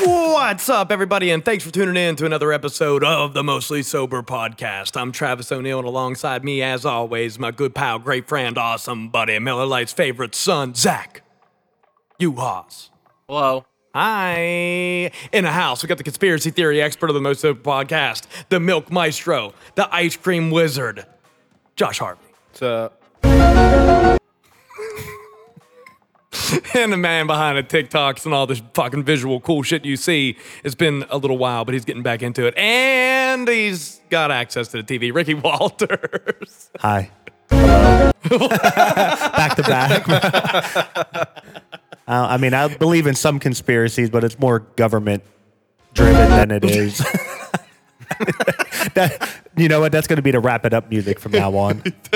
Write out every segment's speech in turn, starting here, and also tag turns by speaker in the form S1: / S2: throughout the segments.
S1: What's up, everybody, and thanks for tuning in to another episode of the Mostly Sober Podcast. I'm Travis O'Neill, and alongside me, as always, my good pal, great friend, awesome buddy, Miller Lite's favorite son, Zach. You Haas.
S2: Hello.
S1: Hi. In the house, we got the conspiracy theory expert of the Most Sober Podcast, the Milk Maestro, the Ice Cream Wizard, Josh Harvey.
S3: So,
S1: and the man behind the TikToks and all this fucking visual cool shit you see. It's been a little while, but he's getting back into it. And he's got access to the TV. Ricky Walters.
S4: Hi. back to back. uh, I mean, I believe in some conspiracies, but it's more government driven than it is. that, you know what? That's going to be the wrap it up music from now on.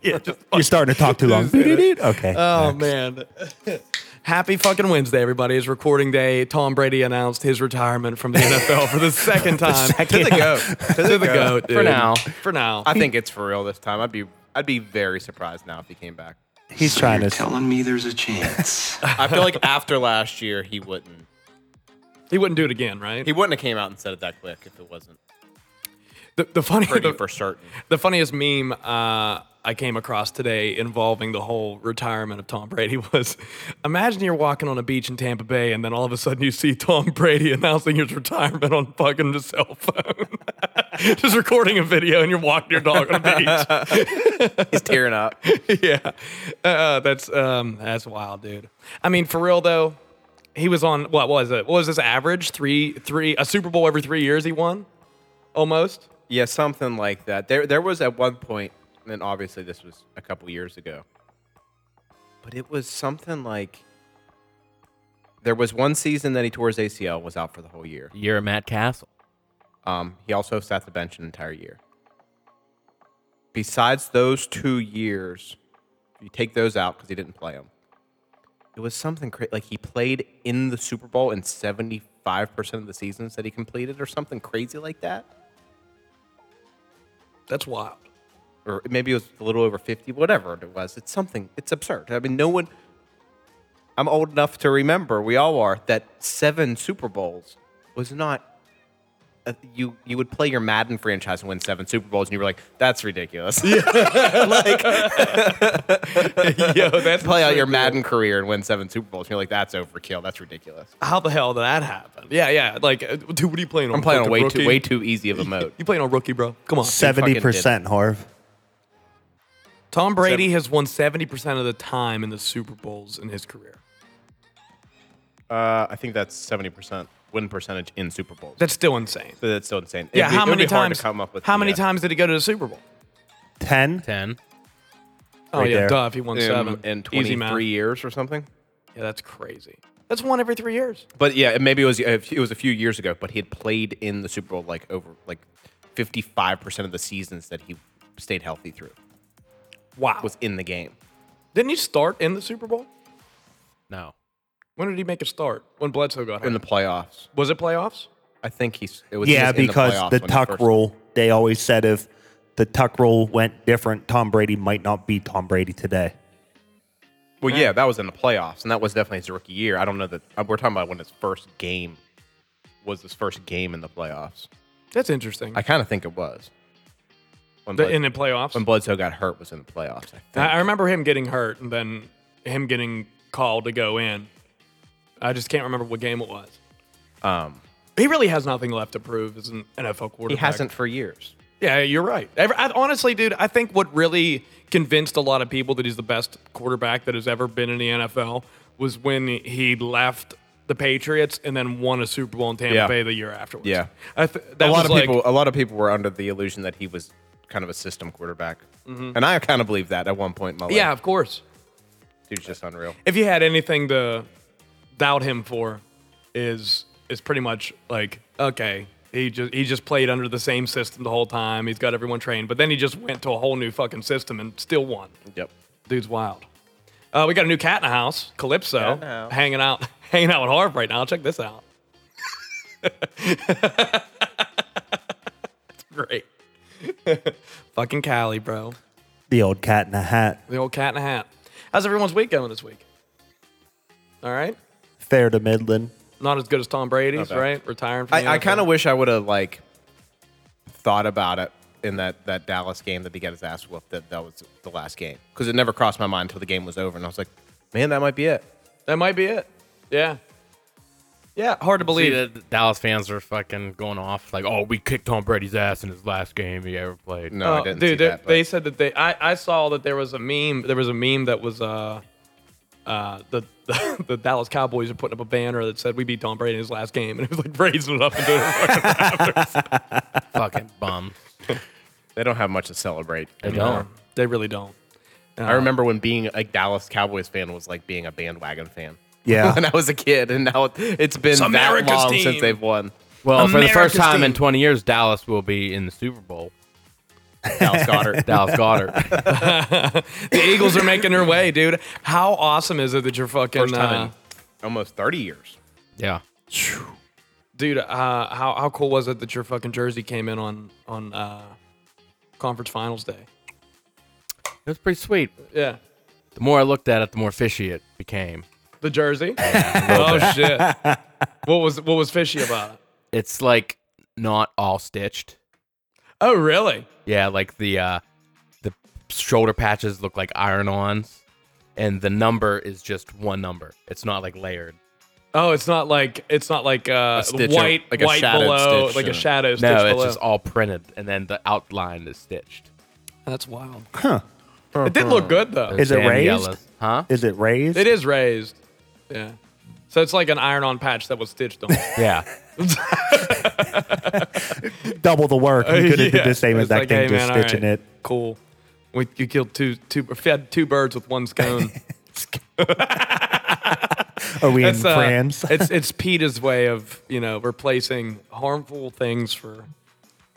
S1: yeah, just
S4: You're starting to talk too long. okay.
S1: Oh man. Happy fucking Wednesday, everybody. It's recording day. Tom Brady announced his retirement from the NFL for the second time.
S3: to the goat. To
S1: To the goat.
S2: For
S1: dude.
S2: now.
S1: For now.
S3: I think it's for real this time. I'd be I'd be very surprised now if he came back.
S4: He's trying to.
S5: Telling me there's a chance.
S3: I feel like after last year he wouldn't
S1: he wouldn't do it again, right?
S3: he wouldn't have came out and said it that quick if it wasn't
S1: the, the funny
S3: pretty
S1: the-
S3: for certain.
S1: The funniest meme uh, I came across today involving the whole retirement of Tom Brady was imagine you're walking on a beach in Tampa Bay and then all of a sudden you see Tom Brady announcing his retirement on fucking his cell phone. Just recording a video and you're walking your dog on a
S3: He's tearing up.
S1: beach. yeah. Uh, that's um, that's wild, dude. I mean, for real though, he was on what was it? What was his average? Three three a Super Bowl every three years he won? Almost?
S3: Yeah, something like that. There, there was at one point, and then obviously this was a couple years ago, but it was something like there was one season that he tore his ACL, was out for the whole year.
S2: You're Matt Castle.
S3: Um, he also sat the bench an entire year. Besides those two years, if you take those out because he didn't play them. It was something cra- like he played in the Super Bowl in seventy five percent of the seasons that he completed, or something crazy like that.
S1: That's wild.
S3: or maybe it was a little over 50, whatever it was. It's something, it's absurd. I mean, no one, I'm old enough to remember, we all are, that seven Super Bowls was not, a, you you would play your Madden franchise and win seven Super Bowls, and you were like, that's ridiculous.
S1: Yo, that's
S3: play out your Madden career and win seven Super Bowls, and you're like, that's overkill, that's ridiculous.
S1: how the hell did that happen? Yeah, yeah. Like, uh, dude, what are you playing on?
S3: I'm playing on
S1: Fucking
S3: way
S1: rookie?
S3: too, way too easy of a mode.
S1: You playing on rookie, bro? Come on.
S4: Seventy percent, Harv.
S1: Tom Brady has won seventy percent of the time in the Super Bowls in his career.
S3: Uh, I think that's 70% win percentage in Super Bowls.
S1: That's still insane.
S3: so that's still insane.
S1: Yeah,
S3: It'd be-
S1: how
S3: it would
S1: many
S3: be hard
S1: times?
S3: to come up with
S1: how
S3: the,
S1: many
S3: uh,
S1: times did he go to the Super Bowl?
S4: Ten.
S2: Ten.
S1: Oh
S4: Right
S1: yeah,
S4: there.
S1: duh. If he won seven
S3: in, in
S1: Easy math.
S3: 23 years or something?
S1: Yeah, that's crazy. That's one every three years.
S3: But yeah, and maybe it was it was a few years ago. But he had played in the Super Bowl like over like fifty five percent of the seasons that he stayed healthy through
S1: Wow.
S3: was in the game.
S1: Didn't he start in the Super Bowl?
S2: No.
S1: When did he make a start? When Bledsoe got hurt?
S3: In the playoffs,
S1: was it playoffs?
S3: I think he's it was
S4: Yeah,
S3: just in
S4: because
S3: playoffs
S4: the,
S3: when he
S4: tuck
S3: first-
S4: rule. They always said if the tuck rule went different, Tom Brady might not be Tom Brady today.
S3: Well, yeah, that was in the playoffs, and that was definitely his rookie year. I don't know that uh, we're talking about when his first game was his first game in the playoffs.
S1: That's interesting.
S3: I kind of think it was when,
S1: The-
S3: Bled-
S1: in the playoffs.
S3: when Bledsoe got hurt was in the playoffs. I think.
S1: I, I remember him getting hurt and then him getting called to go in. I just can't remember what game it was.
S3: um,
S1: He really has nothing left to prove as an NFL quarterback.
S3: he hasn't for years.
S1: Yeah, you're right. Ever- I, honestly, dude, I think what really convinced a lot of people that he's the best quarterback that has ever been in the NFL was when he left the Patriots and then won a Super Bowl in Tampa
S3: Yeah.
S1: Bay the year afterwards.
S3: Yeah.
S1: I th- that
S3: a lot
S1: was
S3: of
S1: like,
S3: people a lot of people were under the illusion that he was kind of a system quarterback and i kind of believed that at one point in my life
S1: Mm-hmm. Yeah, of course.
S3: dude's just unreal
S1: if you had anything to doubt him for, is is pretty much like okay, He just he just played under the same system the whole time. He's got everyone trained, but then he just went to a whole new fucking system and still won.
S3: Yep.
S1: Dude's wild. Uh, we got a new cat in the house, Calypso,
S3: in the house.
S1: hanging out hanging out with Harv right now. Check this out. it's great. fucking Cali, bro.
S4: The old cat in a hat.
S1: The old cat in a hat. How's everyone's week going this week? All right.
S4: Fair to Midland.
S1: Not as good as Tom Brady's,
S3: bad.
S1: right? Retiring from the
S3: I, I
S1: NFL.
S3: kind of wish I would have like thought about it in that, that Dallas game that he got his ass whooped. That that was the last game because it never crossed my mind until the game was over, and I was like, man, that might be it.
S1: That might be it. Yeah. Yeah, hard to
S2: See,
S1: believe.
S2: the the Dallas fans are fucking going off like, "Oh, we kicked Tom Brady's ass in his last game he ever played."
S3: No, I
S1: Oh,
S3: didn't
S1: dude,
S3: see
S1: they,
S3: that. but-
S1: they said that they. I, I saw that there was a meme. There was a meme that was uh, uh, the, the the Dallas Cowboys are putting up a banner that said we beat Tom Brady in his last game, and it was like raising it up and doing it.
S2: fucking bum.
S3: they don't have much to celebrate.
S2: They
S1: No,
S2: don't.
S1: they really don't.
S3: I remember when being a Dallas Cowboys fan was like being a bandwagon fan.
S4: Yeah.
S3: when I was a kid, and now it's been that
S1: America's
S3: long
S1: team.
S3: since they've won.
S2: Well, for the
S1: America's
S2: first time in
S1: team.
S2: 20 years, Dallas will be in the Super Bowl.
S3: Dallas Goddard.
S2: Dallas Goddard.
S1: The Eagles are making their way, dude. How awesome is it that you're fucking
S3: First time
S1: uh,
S3: in almost 30 years.
S2: yeah.
S1: dude? Uh, how how cool was it that your fucking jersey came in on on uh, conference finals day?
S2: It was pretty sweet.
S1: Yeah,
S2: The more I looked at it, the more fishy it became.
S1: the jersey. oh shit! What was what was fishy about it?
S2: It's like not all stitched.
S1: Oh really?
S2: Yeah, like the uh the shoulder patches look like iron-ons and the number is just one number. It's not like layered.
S1: Oh, it's not like it's not like uh,
S3: stitch,
S1: white
S3: like a
S1: white
S3: shadowed
S1: below,
S3: stitch,
S1: like
S3: uh,
S1: a shadow stitch
S2: no, it's
S1: below.
S2: just all printed and then the outline is stitched.
S1: That's wild.
S4: Huh.
S1: It did look good though.
S4: Is it
S2: Damn
S4: raised?
S2: yellow. Huh?
S4: Is it raised?
S1: It is raised. Yeah. So it's like an iron-on patch that was stitched on.
S2: Yeah.
S4: Double the work. You could have did the same
S1: It's
S4: exact
S1: like,
S4: thing,
S1: hey,
S4: just
S1: man, all
S4: stitching
S1: right,
S4: it.
S1: Cool. We you killed two two fed two birds with one scone.
S4: Are we in
S1: It's, uh,
S4: France?
S1: it's it's PETA's way of you know replacing harmful things for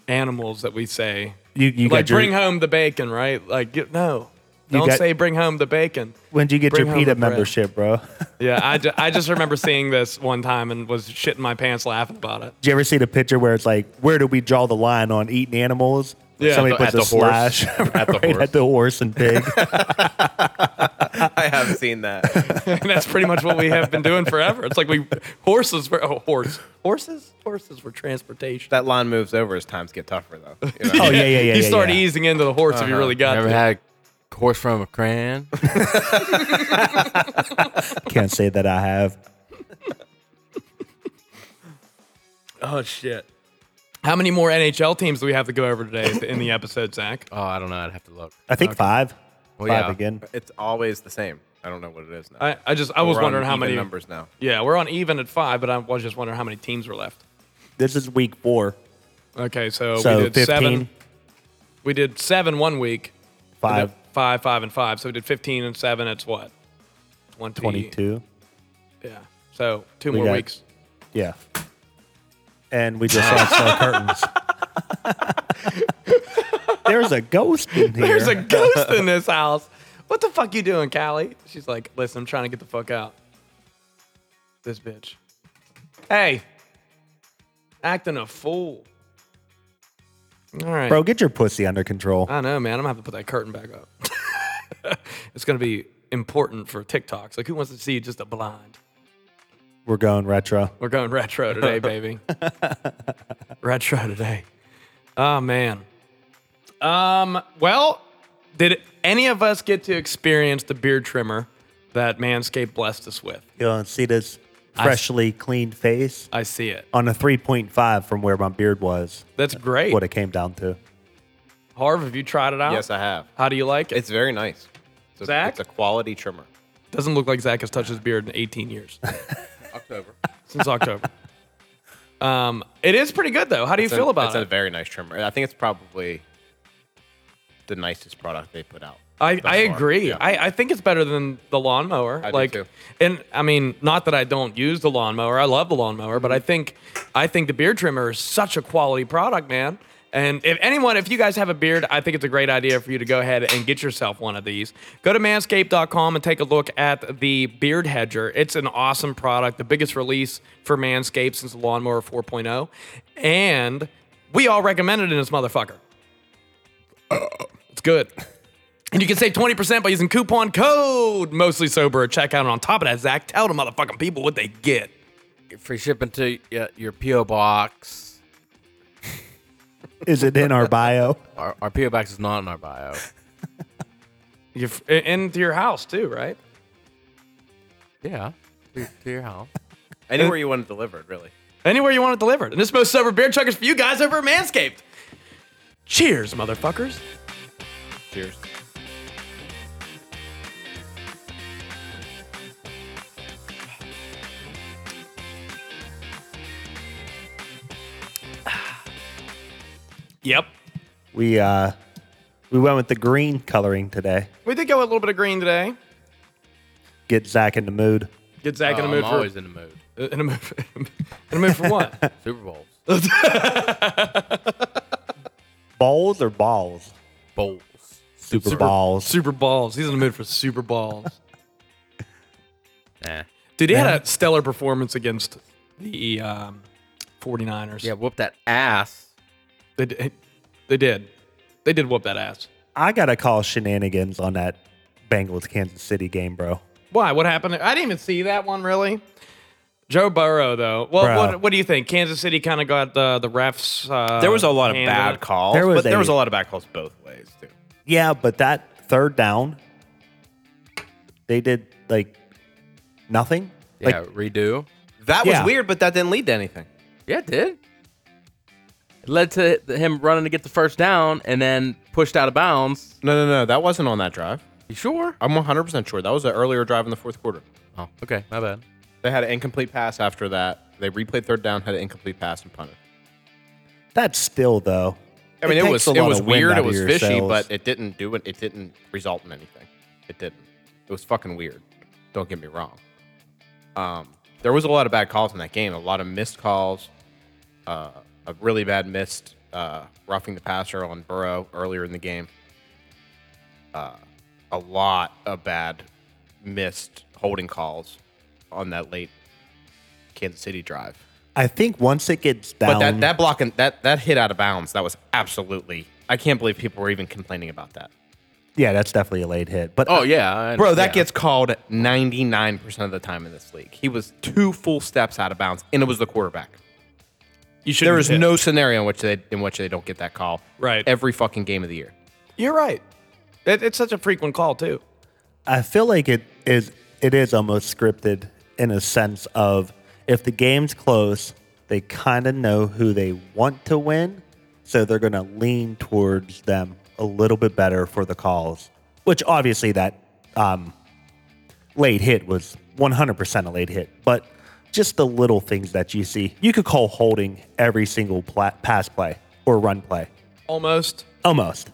S1: animals that we say.
S4: You- you
S1: like
S4: got your-
S1: bring home the bacon, right? Like you, no,
S4: You
S1: don't
S4: got-
S1: say bring home the bacon.
S4: When'd you get
S1: bring
S4: your
S1: home
S4: PETA
S1: the bread.
S4: membership, bro? Did
S1: Yeah, I, ju- I just remember seeing this one time and was shitting my pants laughing about it.
S4: you ever see the picture where it's like, where do we draw the line on eating animals?
S1: Yeah.
S4: Somebody
S1: At
S2: the-
S4: puts
S2: at
S4: a
S2: the horse.
S4: slash
S2: At the
S4: right
S2: horse.
S4: at the horse and pig.
S3: I have seen that.
S1: And that's pretty much what we have been doing forever. It's like we horses were oh, horse horses horses were transportation.
S3: that line moves over as times get tougher, though. You know?
S4: oh yeah, yeah, yeah.
S1: you
S4: yeah,
S1: start
S4: yeah.
S1: easing into the horse
S3: Uh-huh.
S1: if you really got
S2: Never
S1: to.
S2: had a horse from a crayon.
S4: Can't say that I have.
S1: Oh shit! How many more NHL teams do we have to go over today in the episode, Zach?
S2: Oh, I don't know. I'd have to look.
S4: I think five.
S2: Well,
S4: five
S2: yeah.
S4: again.
S3: It's always the same. I don't know what it is now.
S1: I, I just I was
S3: We're on
S1: wondering how
S3: even
S1: many
S3: numbers now.
S1: Yeah, we're on even at five, but I was just wondering how many teams were left.
S4: This is week four.
S1: Okay, so,
S4: So
S1: we did
S4: 15,
S1: seven. We did seven one week. We did
S4: five,
S1: five, five, and five. So we did fifteen and seven. It's what? 20,
S4: 22.
S1: Yeah. So two
S4: We
S1: more
S4: got-
S1: weeks.
S4: Yeah. And we just saw snow curtains. There's a ghost in here.
S1: There's a ghost in this house. What the fuck you doing, Callie? She's like, listen, I'm trying to get the fuck out. This bitch. Hey, acting a fool. All right,
S4: Bro, get your pussy under control.
S1: I know, man. I'm gonna have to put that curtain back up. it's gonna be important for TikToks. Like, who wants to see just a blind?
S4: We're going retro.
S1: We're going retro today, baby. retro today. Oh man. Um. Well, did any of us get to experience the beard trimmer that Manscaped blessed us with?
S4: You know, see this freshly cleaned face
S1: I see it.
S4: on a 3.5 from where my beard was,
S1: That's great.
S4: what it came down to.
S1: Harv, have you tried it out?
S3: Yes, I have.
S1: How do you like it?
S3: It's very nice. It's a,
S1: Zach?
S3: It's a quality trimmer.
S1: doesn't look like Zach has touched his beard in 18 years
S3: October.
S1: since October. Um, it is pretty good though. How do you feel about
S3: it's a
S1: it?
S3: very nice trimmer. I think it's probably the nicest product they put out.
S1: I, I agree. I, I think it's better than the lawnmower.
S3: I do
S1: like,
S3: too.
S1: and I mean, not that I don't use the lawnmower. I love the lawnmower, but
S3: Mm-hmm.
S1: I think I think the beard trimmer is such a quality product, man. And if anyone, if you guys have a beard, I think it's a great idea for you to go ahead and get yourself one of these. Go to manscaped.com and take a look at the Beard Hedger. It's an awesome product, the biggest release for Manscaped since the Lawnmower 4.0. And we all recommended it in this motherfucker. It's good. And you can save 20% by using coupon code mostly sober at checkout. And on top of that, Zach, tell the motherfucking people what they get.
S2: Free shipping to uh, your PO box.
S4: Is it in our bio?
S2: Our, our PO box is not in our bio.
S1: You're f- and- and to your house too, right?
S2: Yeah, to, to your house.
S3: Anywhere you want it delivered, really.
S1: Anywhere you want it delivered. And this most sober beer chuck is for you guys over at Manscaped. Cheers, motherfuckers.
S3: Cheers.
S1: Yep.
S4: We uh, we went with the green coloring today.
S1: We did go a little bit of green today.
S4: Get Zach in the mood.
S1: Get Zach in a
S2: Oh, Uh, I'm
S1: mood
S2: always
S1: for
S2: in the mood.
S1: in a mood for, in a mood for what?
S2: Super Bowls.
S4: Balls or balls?
S2: Bowls.
S4: Super, balls.
S1: super balls. He's in the mood for super balls.
S2: Nah.
S1: Dude, he had a stellar performance against the um, 49ers.
S2: Yeah, whoop that ass.
S1: They did. They did. They did whoop that ass.
S4: I gotta call shenanigans on that Bengals Kansas City game, bro.
S1: Why? What happened? I didn't even see that one really. Joe Burrow, though. Well,
S4: Bro.
S1: what, what do you think? Kansas City kind of got the the refs. Uh,
S3: There was a lot of
S1: handle
S3: bad
S1: it.
S3: calls,
S4: There was
S3: but there
S4: a-
S3: was a lot of bad calls both ways too.
S4: Yeah, but that third down, they did like nothing. Like
S2: Yeah, redo.
S3: That was
S4: Yeah.
S3: weird, but that didn't lead to anything.
S2: Yeah, it did. It led to him running to get the first down and then pushed out of bounds.
S3: No, no, no. That wasn't on that drive.
S2: You sure?
S3: I'm 100% sure. That was an earlier drive in the fourth quarter.
S2: Oh, okay. My bad.
S3: They had an incomplete pass after that. They replayed third down, had an incomplete pass, and punted.
S4: that's still though.
S3: I mean, it,
S4: takes
S3: was
S4: a
S3: it
S4: lot
S3: was
S4: of wind
S3: weird.
S4: out
S3: It
S4: of
S3: was
S4: your
S3: fishy,
S4: sails.
S3: but it didn't do it. It didn't result in anything. It didn't. It was fucking weird. Don't get me wrong. Um, there was a lot of bad calls in that game. A lot of missed calls. Uh, a really bad missed uh, roughing the passer on Burrow earlier in the game. Uh, a lot of bad missed holding calls on that late Kansas City drive.
S4: I think once it gets down,
S3: But that, that blocking that that hit out of bounds, that was absolutely I can't believe people were even complaining about that.
S4: yeah, that's definitely a late hit. But
S2: Oh yeah, I-
S3: Bro, that
S2: yeah.
S3: gets called 99% of the time in this league. He was two full steps out of bounds and it was the quarterback.
S1: You should.
S3: There is no scenario in which they in which they don't get that call.
S1: Right.
S3: Every fucking game of the year.
S1: You're right. It, it's such a frequent call too.
S4: I feel like it is it is almost scripted in a sense of if the game's close, they kind of know who they want to win, so they're going to lean towards them a little bit better for the calls. Which obviously that um, late hit was 100% a late hit, but just the little things that you see, you could call holding every single pla- pass play or run play,
S1: Almost.
S4: almost,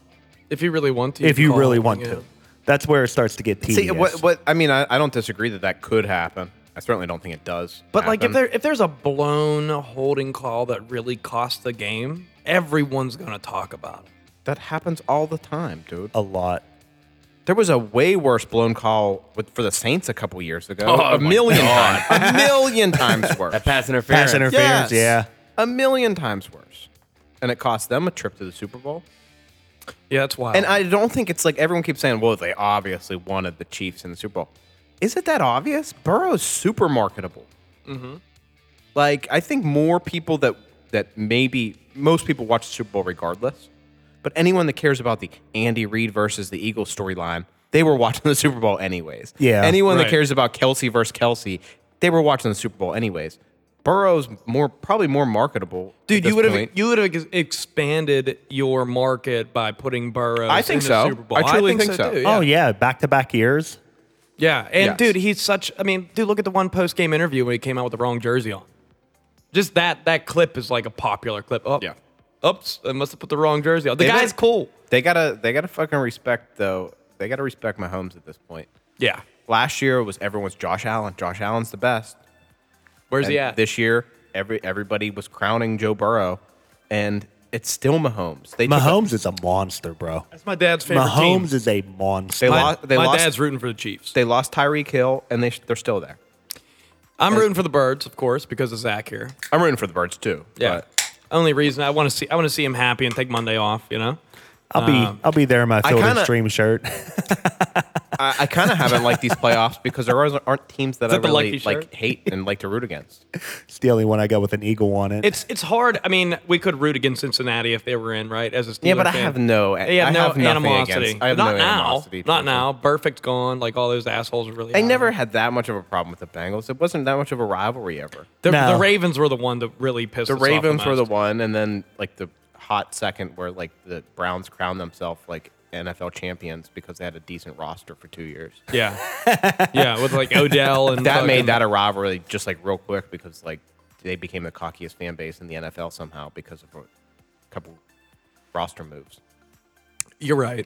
S1: If you really want to.
S4: if you
S1: call,
S4: really want
S1: yeah.
S4: to. That's where it starts to get tedious.
S3: See, what, what I mean, I, I don't disagree that that could happen. I certainly don't think it does.
S1: But like, if
S3: happen.
S1: there if there's a blown holding call that really costs the game, everyone's gonna talk about it.
S3: that happens all the time, dude.
S4: a lot.
S3: There was a way worse blown call with, for the Saints a couple years ago.
S2: Oh,
S3: a
S2: my
S3: million times. A million times worse.
S2: pass interference.
S4: Pass interference, yeah.
S3: A million times worse. And it cost them a trip to the Super Bowl.
S1: Yeah, that's wild.
S3: And I don't think it's like everyone keeps saying, well, they obviously wanted the Chiefs in the Super Bowl. Is it that obvious? Burrow's super marketable. Mm-hmm. Like, I think more people that, that maybe most people watch the Super Bowl regardless, but anyone that cares about the Andy Reid versus the Eagles storyline, they were watching the Super Bowl anyways.
S4: Yeah.
S3: Anyone
S1: Right.
S3: that cares about Kelsey versus Kelsey, they were watching the Super Bowl anyways. Burrow's more probably more marketable. at
S1: Dude,
S3: this
S1: you would have
S3: point.
S1: you would have ex- expanded your market by putting Burrow.
S3: I think
S1: in
S3: so.
S1: The Super Bowl.
S3: I truly think so.
S1: too,
S4: Oh yeah, back to back years.
S1: yeah. And
S3: Yes.
S1: dude, he's such. I mean, dude, look at the one post game interview when he came out with the wrong jersey on. Just that that clip is like a popular clip. Oh,
S3: Yeah.
S1: Oops, I must have put the wrong jersey on. The
S3: They
S1: guy's
S3: did.
S1: cool.
S3: They gotta they gotta fucking respect though They got to respect Mahomes at this point.
S1: Yeah.
S3: Last year was everyone's Josh Allen. Josh Allen's the best.
S1: Where's he
S3: And
S1: at?
S3: This year, every everybody was crowning Joe Burrow, and it's still Mahomes. They took a-
S4: Mahomes is a monster, bro.
S1: That's my dad's favorite team.
S4: Mahomes is a monster.
S3: They
S1: my,
S3: lost- they
S1: my
S3: lost-
S1: dad's rooting for the Chiefs.
S3: they lost Tyreek Hill, and they sh- they're still there.
S1: I'm rooting for the Birds, of course, because of Zach here.
S3: I'm rooting for the Birds too.
S1: Yeah. Only reason I want to see I want to see him happy and take Monday off. You know.
S4: I'll
S1: Um,
S4: be I'll be there in my
S3: I
S4: field
S3: kinda-
S4: extreme shirt.
S3: I, I kind of haven't liked these playoffs because there aren't aren't teams that
S1: that
S3: I
S1: the
S3: really
S1: lucky shirt?
S3: like hate and like to root against.
S4: it's the only one I got with an eagle on it.
S1: It's it's hard. I mean, we could root against Cincinnati if they were in, right? As a Steelers
S3: Yeah, but I
S1: fan.
S3: have no-
S1: They have
S3: I
S1: no
S3: have nothing
S1: animosity.
S3: against- I have
S1: not
S3: no
S1: now.
S3: animosity towards
S1: Not
S3: them.
S1: now. Perfect's gone. Like all those assholes are really.
S3: I
S1: out.
S3: never had that much of a problem with the Bengals. It wasn't that much of a rivalry ever.
S1: The,
S4: No.
S1: the Ravens were the one that really pissed.
S3: The
S1: us
S3: Ravens
S1: off
S3: were the
S1: most.
S3: one, and then like the hot second where like the Browns crowned themselves like NFL champions because they had a decent roster for two years.
S1: Yeah, yeah, with like Odell and
S3: That
S1: fucking-
S3: made that a rivalry just like real quick because like they became the cockiest fan base in the NFL somehow because of a couple roster moves.
S1: You're right.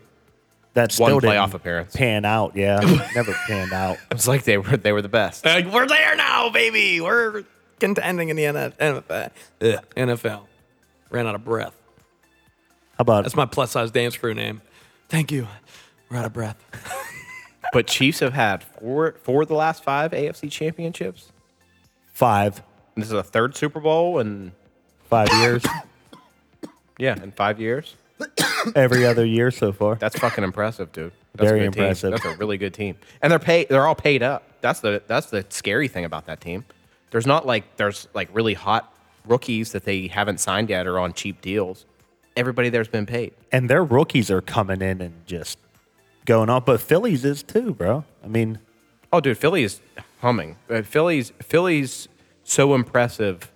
S4: that still didn't
S3: playoff appearance.
S4: pan out. Yeah, never panned out.
S3: It was like they were they were the best.
S1: Like, we're there now, baby. We're contending in the NFL. Ugh, NFL. Ran out of breath.
S4: How about
S1: That's my plus size dance crew name. Thank you. We're out of breath.
S3: But Chiefs have had four four of the last five AFC championships.
S4: five
S3: And this is a third Super Bowl and
S4: five years
S3: yeah, in five years.
S4: every other year so far?
S3: That's fucking impressive, dude. That's
S4: Very
S3: a good team.
S4: impressive.
S3: That's a really good team. And they're paid they're all paid up. That's the that's the scary thing about that team. There's not like there's like really hot rookies that they haven't signed yet or on cheap deals. Everybody there's been paid.
S4: and their rookies are coming in and just going off. But Phillies is too, bro. I mean,
S3: Oh, dude, Philly is humming. Uh, Philly's Philly's so impressive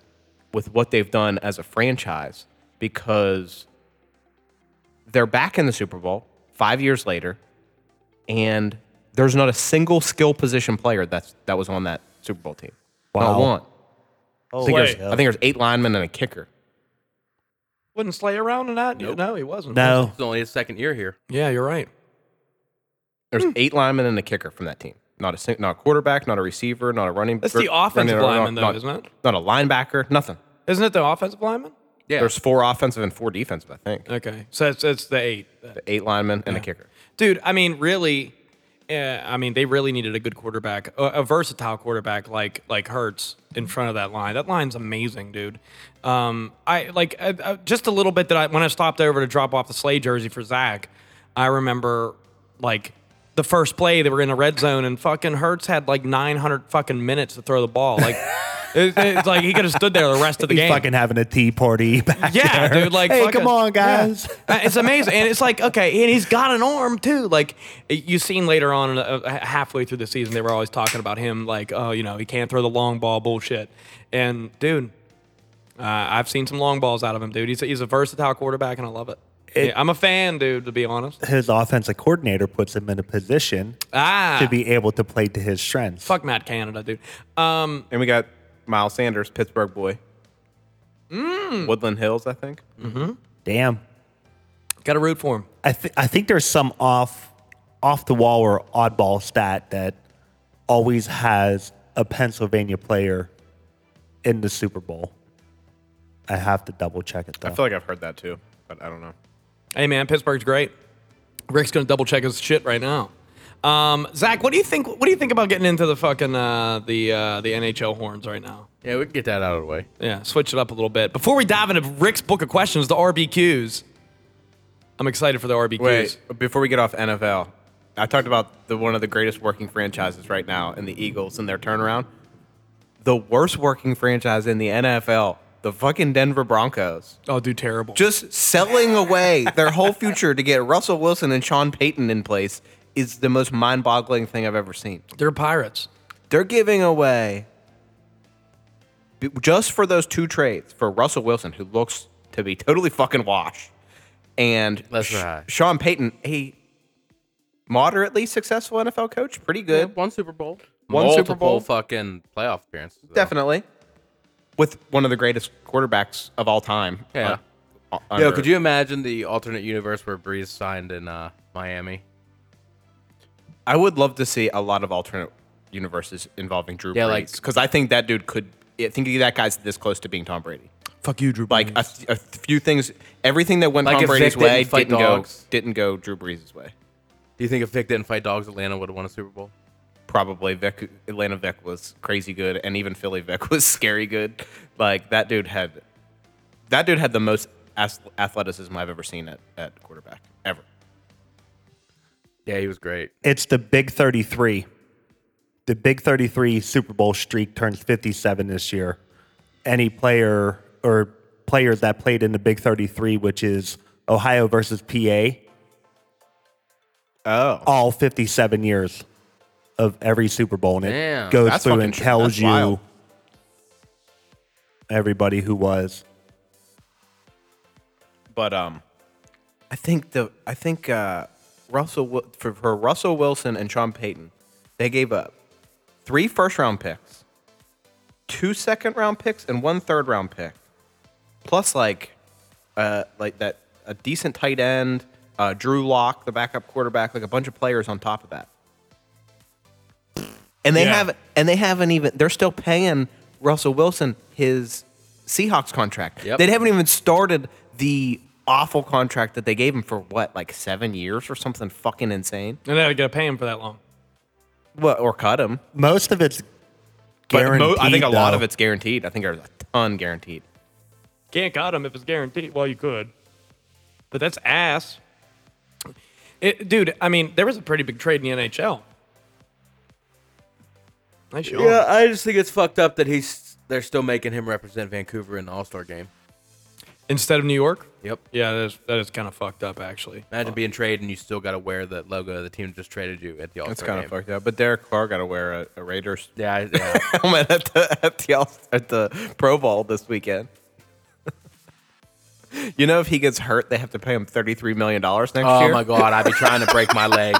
S3: with what they've done as a franchise because they're back in the Super Bowl five years later, and there's not a single skill position player that's that was on that Super Bowl team.
S4: Wow.
S3: Not one. I think, there's,
S1: wait.
S3: I think there's eight linemen and a kicker.
S1: Wouldn't Slay around in that? No, he wasn't.
S4: no.
S2: It's only his second year here.
S1: Yeah, you're right.
S3: There's eight linemen and a kicker from that team. Not a sing- not a quarterback, not a receiver, not a running.
S1: That's the
S3: running-
S1: offensive
S3: not-
S1: lineman, though,
S3: not-
S1: isn't it?
S3: Not a linebacker. Nothing.
S1: Isn't it the offensive lineman?
S2: Yeah.
S3: There's four offensive and four defensive, I think.
S1: Okay, so it's, it's the eight.
S3: eight linemen and a kicker.
S1: Dude, I mean, really, uh, I mean, they really needed a good quarterback, a, a versatile quarterback like like Hurts in front of that line. That line's amazing, dude. Um, I like uh, uh, just a little bit that I when I stopped over to drop off the Slay jersey for Zach, I remember like the first play they were in a red zone and fucking Hurts had like 900 fucking minutes to throw the ball. Like it, it's like he could have stood there the rest of the
S4: He's
S1: game.
S4: fucking having a tea party back
S1: Yeah,
S4: there.
S1: dude. Like,
S4: hey,
S1: fuck
S4: come
S1: it.
S4: on, guys.
S1: Yeah. Uh, It's amazing, and it's like okay, and he's got an arm too. Like you seen later on, uh, halfway through the season, they were always talking about him, like oh, you know, he can't throw the long ball, bullshit. And dude, uh, I've seen some long balls out of him, dude. He's a, he's a versatile quarterback, and I love it. Yeah, I'm a fan, dude. To be honest,
S4: His offensive coordinator puts him in a position
S1: ah,
S4: to be able to play to his strengths.
S1: fuck Matt Canada, dude. Um,
S3: And we got Miles Sanders, Pittsburgh boy. Woodland Hills, I think.
S4: Damn.
S1: gotta root for him.
S4: I, th- I think there's some off off the wall or oddball stat that always has a Pennsylvania player in the Super Bowl. I have to double check it though.
S3: I feel like I've heard that too, but I don't know.
S1: Hey man, Pittsburgh's great. Rick's gonna double check his shit right now. Um, Zach, what do you think? What do you think about getting into the fucking uh, the uh, the NHL horns right now?
S2: Yeah, we can get that out of the way.
S1: Yeah, switch it up a little bit before we dive into Rick's book of questions, the RBQs. I'm excited for the RBQs.
S3: Wait, before we get off NFL, I talked about the one of the greatest working franchises right now in the Eagles and their turnaround. The worst working franchise in the NFL, the fucking Denver Broncos.
S1: Oh, dude, terrible.
S3: Just selling away their whole future to get Russell Wilson and Sean Payton in place is the most mind boggling thing I've ever seen.
S1: They're pirates.
S3: They're giving away b- just for those two trades for Russell Wilson, who looks to be totally fucking washed, and
S2: That's right.
S3: Sean Payton, a moderately successful NFL coach, pretty
S2: Yeah,
S3: good,
S2: one Super Bowl.
S3: One
S2: Multiple
S3: Super Bowl.
S2: fucking playoff appearances. though.
S3: definitely, with one of the greatest quarterbacks of all time.
S2: Yeah.
S3: Un-
S2: Yo,
S3: under-
S2: could you imagine the alternate universe where Breeze signed in uh, Miami?
S3: I would love to see a lot of alternate universes involving Drew
S2: Yeah,
S3: Brees
S2: like-
S3: because I think that dude could. I think that guy's this close to being Tom Brady.
S1: Fuck you, Drew.
S3: Like a, th- a few things, everything that went
S2: Like
S3: Tom
S2: if
S3: Brady's
S2: Vic didn't
S3: way
S2: fight
S3: didn't
S2: dogs.
S3: go didn't go Drew Brees' way.
S2: Do you think if Vic didn't fight dogs, Atlanta would have won a Super Bowl?
S3: Probably Vic Atlanta Vic was crazy good, and even Philly Vic was scary good. Like that dude had that dude had the most ath- athleticism I've ever seen at, at quarterback ever.
S2: Yeah, he was great.
S4: It's the Big 33. The Big 33 Super Bowl streak turns 57 this year. Any player or players that played in the Big 33, which is Ohio versus PA,
S3: Oh,
S4: all 57 years of every Super Bowl. And
S2: Damn,
S4: it goes
S3: that's
S4: through
S3: fucking
S4: and
S3: tr-
S4: tells
S3: that's
S4: you
S3: wild.
S4: everybody who was.
S3: but um, I think the I think uh, Russell Wil- for, for Russell Wilson and Sean Payton, they gave up three first round picks, two second round picks, and one third round pick, plus like uh, like that a decent tight end, uh, Drew Lock, the backup quarterback, like a bunch of players on top of that. And they
S1: Yeah.
S3: have and they haven't even they're still paying Russell Wilson his Seahawks contract.
S2: Yep.
S3: They haven't even started the awful contract that they gave him for what, like seven years or something fucking insane?
S1: and I gotta pay him for that long.
S3: Well, or cut him.
S4: Most of it's
S3: But
S4: guaranteed.
S3: mo- I think a lot
S4: though.
S3: of it's guaranteed. I think there's a ton guaranteed.
S1: Can't cut him if it's guaranteed. Well, you could, but that's ass. It, dude, I mean, there was a pretty big trade in the NHL. Nice yawn.
S2: Yeah, I just think it's fucked up that he's they're still making him represent Vancouver in the All Star game.
S1: Instead of New York.
S2: Yep.
S1: Yeah, that is, that is kind of fucked up, actually.
S2: Imagine being traded and you still got to wear the logo of the team that just traded you at the All
S3: That's
S2: Star game.
S3: kind of fucked up. But Derek Carr got to wear a, a Raiders
S2: Yeah, I- yeah.
S3: helmet at the at the, All- at the Pro Bowl this weekend. you know, if he gets hurt, they have to pay him thirty three million dollars next
S2: oh
S3: year.
S2: my god, I'd be trying to break my leg.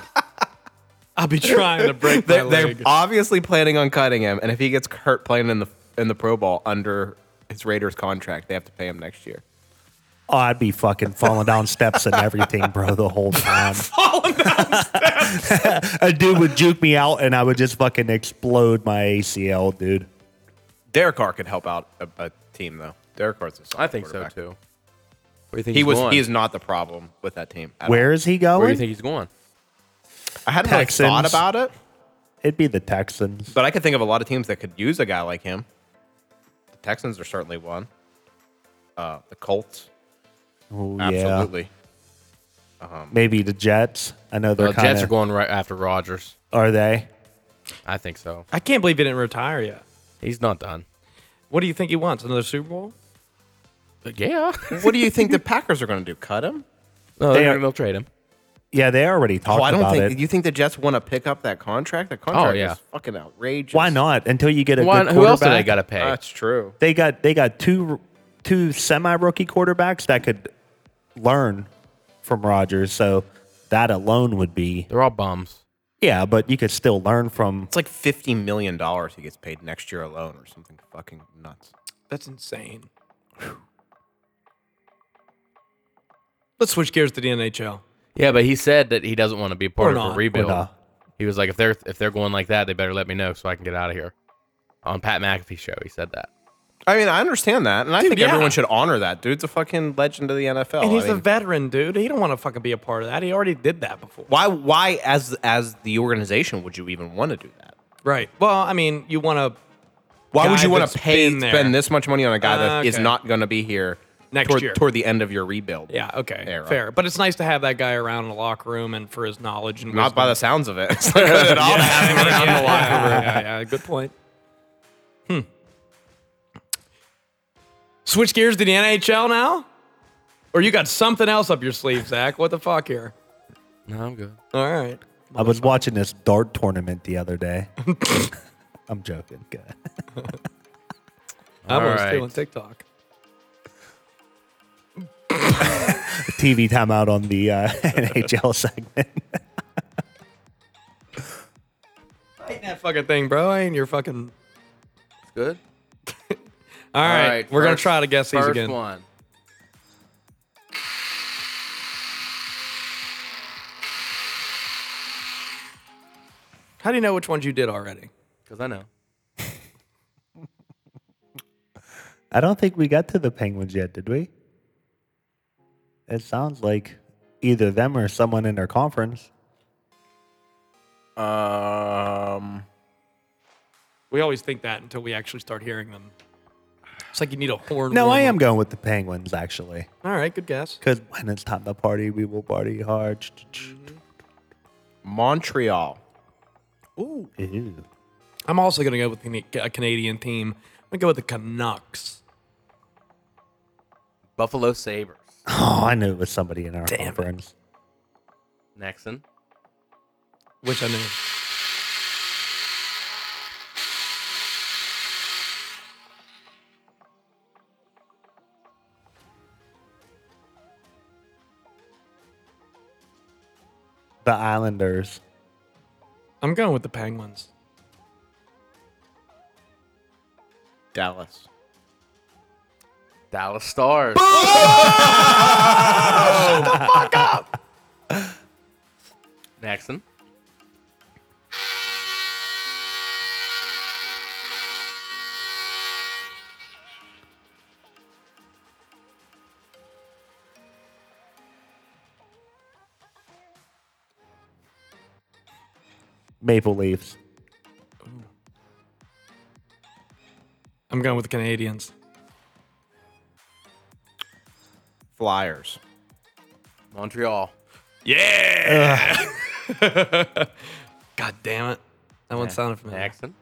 S1: I'll be trying to break my
S3: They're, they're
S1: leg.
S3: obviously planning on cutting him, and if he gets hurt playing in the in the Pro Bowl under his Raiders contract, they have to pay him next year.
S4: Oh, I'd be fucking falling down steps and everything, bro, the whole time. falling down steps. a dude would juke me out and I would just fucking explode my ACL, dude.
S3: Derek Carr could help out a, a team though. Derek Carr's a solid
S2: I think so
S3: quarterback.
S2: too. Where do you think
S3: He
S2: he's
S3: was
S2: Going?
S3: he is not the problem with that team. at
S4: Where is he going?
S2: Where do you think he's going?
S3: all. I hadn't really
S4: Texans.
S3: thought about it,
S4: It'd be the Texans.
S3: but I could think of a lot of teams that could use a guy like him. The Texans are certainly one. Uh, the Colts,
S4: Oh,
S3: absolutely.
S4: Yeah. Maybe the Jets. I know they're
S2: The
S4: kind
S2: Jets are
S4: of.
S2: going right after Rogers.
S4: Are they?
S2: I think so.
S1: I can't believe he didn't retire yet.
S2: He's not done.
S1: What do you think he wants? Another Super Bowl?
S2: But yeah,
S3: what do you think the Packers are going to do? Cut him?
S2: no,
S4: They
S2: they
S4: are-
S2: will trade him.
S4: Yeah, they already talked
S3: Oh, I don't
S4: about
S3: think
S4: it.
S3: you think the Jets want to pick up that contract. The contract
S2: Oh, yeah.
S3: is fucking outrageous.
S4: Why not? Until you get a
S2: Why,
S4: good
S2: who else do they
S4: quarterback.
S2: got to pay?
S3: That's true.
S4: They got they got two two semi rookie quarterbacks that could learn from Rodgers. So that alone would be
S2: They're all bums.
S4: yeah, but you could still learn from
S3: It's like fifty million dollars he gets paid next year alone, or something fucking nuts.
S1: That's insane. Let's switch gears to the NHL.
S2: Yeah, but he said that he doesn't want to be part
S1: Or
S2: of
S1: not.
S2: a
S1: Or
S2: rebuild.
S4: not.
S2: He was like, if they're if they're going like that, they better let me know so I can get out of here. On Pat McAfee show, he said that.
S3: I mean, I understand that, and I think
S1: yeah.
S3: everyone should honor that. Dude's a fucking legend of the NFL.
S1: And he's
S3: I
S1: a
S3: mean,
S1: veteran, dude. He don't want to fucking be a part of that. He already did that before.
S3: why? Why as as the organization would you even want to do that?
S1: Right. Well, I mean, you want to
S3: Why would
S1: Guy
S3: you want
S1: that's
S3: to pay
S1: been there.
S3: spend this much money on a guy that is
S1: Ah, okay.
S3: not going to be here
S1: Next
S3: toward,
S1: year.
S3: toward the end of your rebuild?
S1: Yeah, okay.
S3: Era.
S1: Fair. But it's nice to have that guy around in the locker room and for his knowledge and
S3: Not by the
S1: wisdom.
S3: sounds of it. It's not good at all.
S1: Yeah, I mean, yeah, yeah, yeah, yeah, good point. Hmm. Switch gears to the NHL now? Or you got something else up your sleeve, Zach? What the fuck here?
S2: No, I'm good.
S1: All right.
S4: I was watching this dart tournament the other day. I'm joking. Good.
S1: I'm
S2: All
S1: almost
S2: right.
S1: stealing TikTok.
S4: TV timeout on the uh, NHL segment.
S1: Ain't that fucking thing, bro. I ain't your fucking.
S2: It's good.
S1: All
S2: All
S1: right, we're going
S2: first-
S1: to try to guess these
S2: first
S1: again.
S2: one.
S1: How do you know which ones you did already?
S2: Because I know.
S4: I don't think we got to the Penguins yet, did we? It sounds like either them or someone in their conference.
S3: Um,
S1: We always think that until we actually start hearing them. It's like you need a horn.
S4: No, I am
S1: warm-up.
S4: going with the Penguins actually,
S1: All right, good guess.
S4: because when it's time to party, we will party hard.
S3: Montreal.
S1: Mm-hmm.
S4: Ew.
S1: I'm also going to go with the Cana- a Canadian team. I'm going to go with the Canucks.
S2: Buffalo Sabres.
S4: Oh, I knew it was somebody in our
S1: Damn it.
S4: conference.
S2: Nexon.
S1: Wish I knew.
S4: The Islanders.
S1: I'm going with the Penguins.
S3: Dallas.
S2: Dallas Stars. Shut the fuck up. Nexon.
S4: Maple Leafs.
S1: I'm going with the Canadians.
S3: Flyers.
S2: Montreal.
S1: Yeah. God damn it. That one sounded familiar.
S2: Nexon.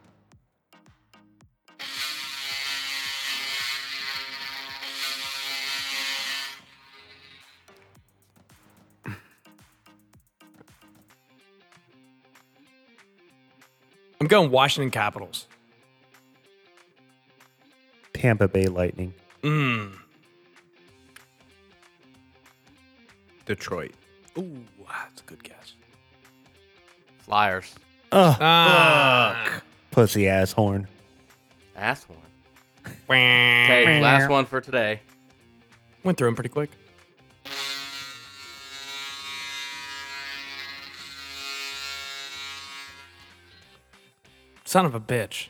S1: I'm going Washington Capitals.
S4: Tampa Bay Lightning.
S1: Mm.
S3: Detroit.
S1: Ooh, that's a good guess.
S2: Flyers.
S1: Ah.
S4: Pussy ass horn.
S2: Last one. Okay, last one for today.
S1: Went through them pretty quick. Son of a bitch.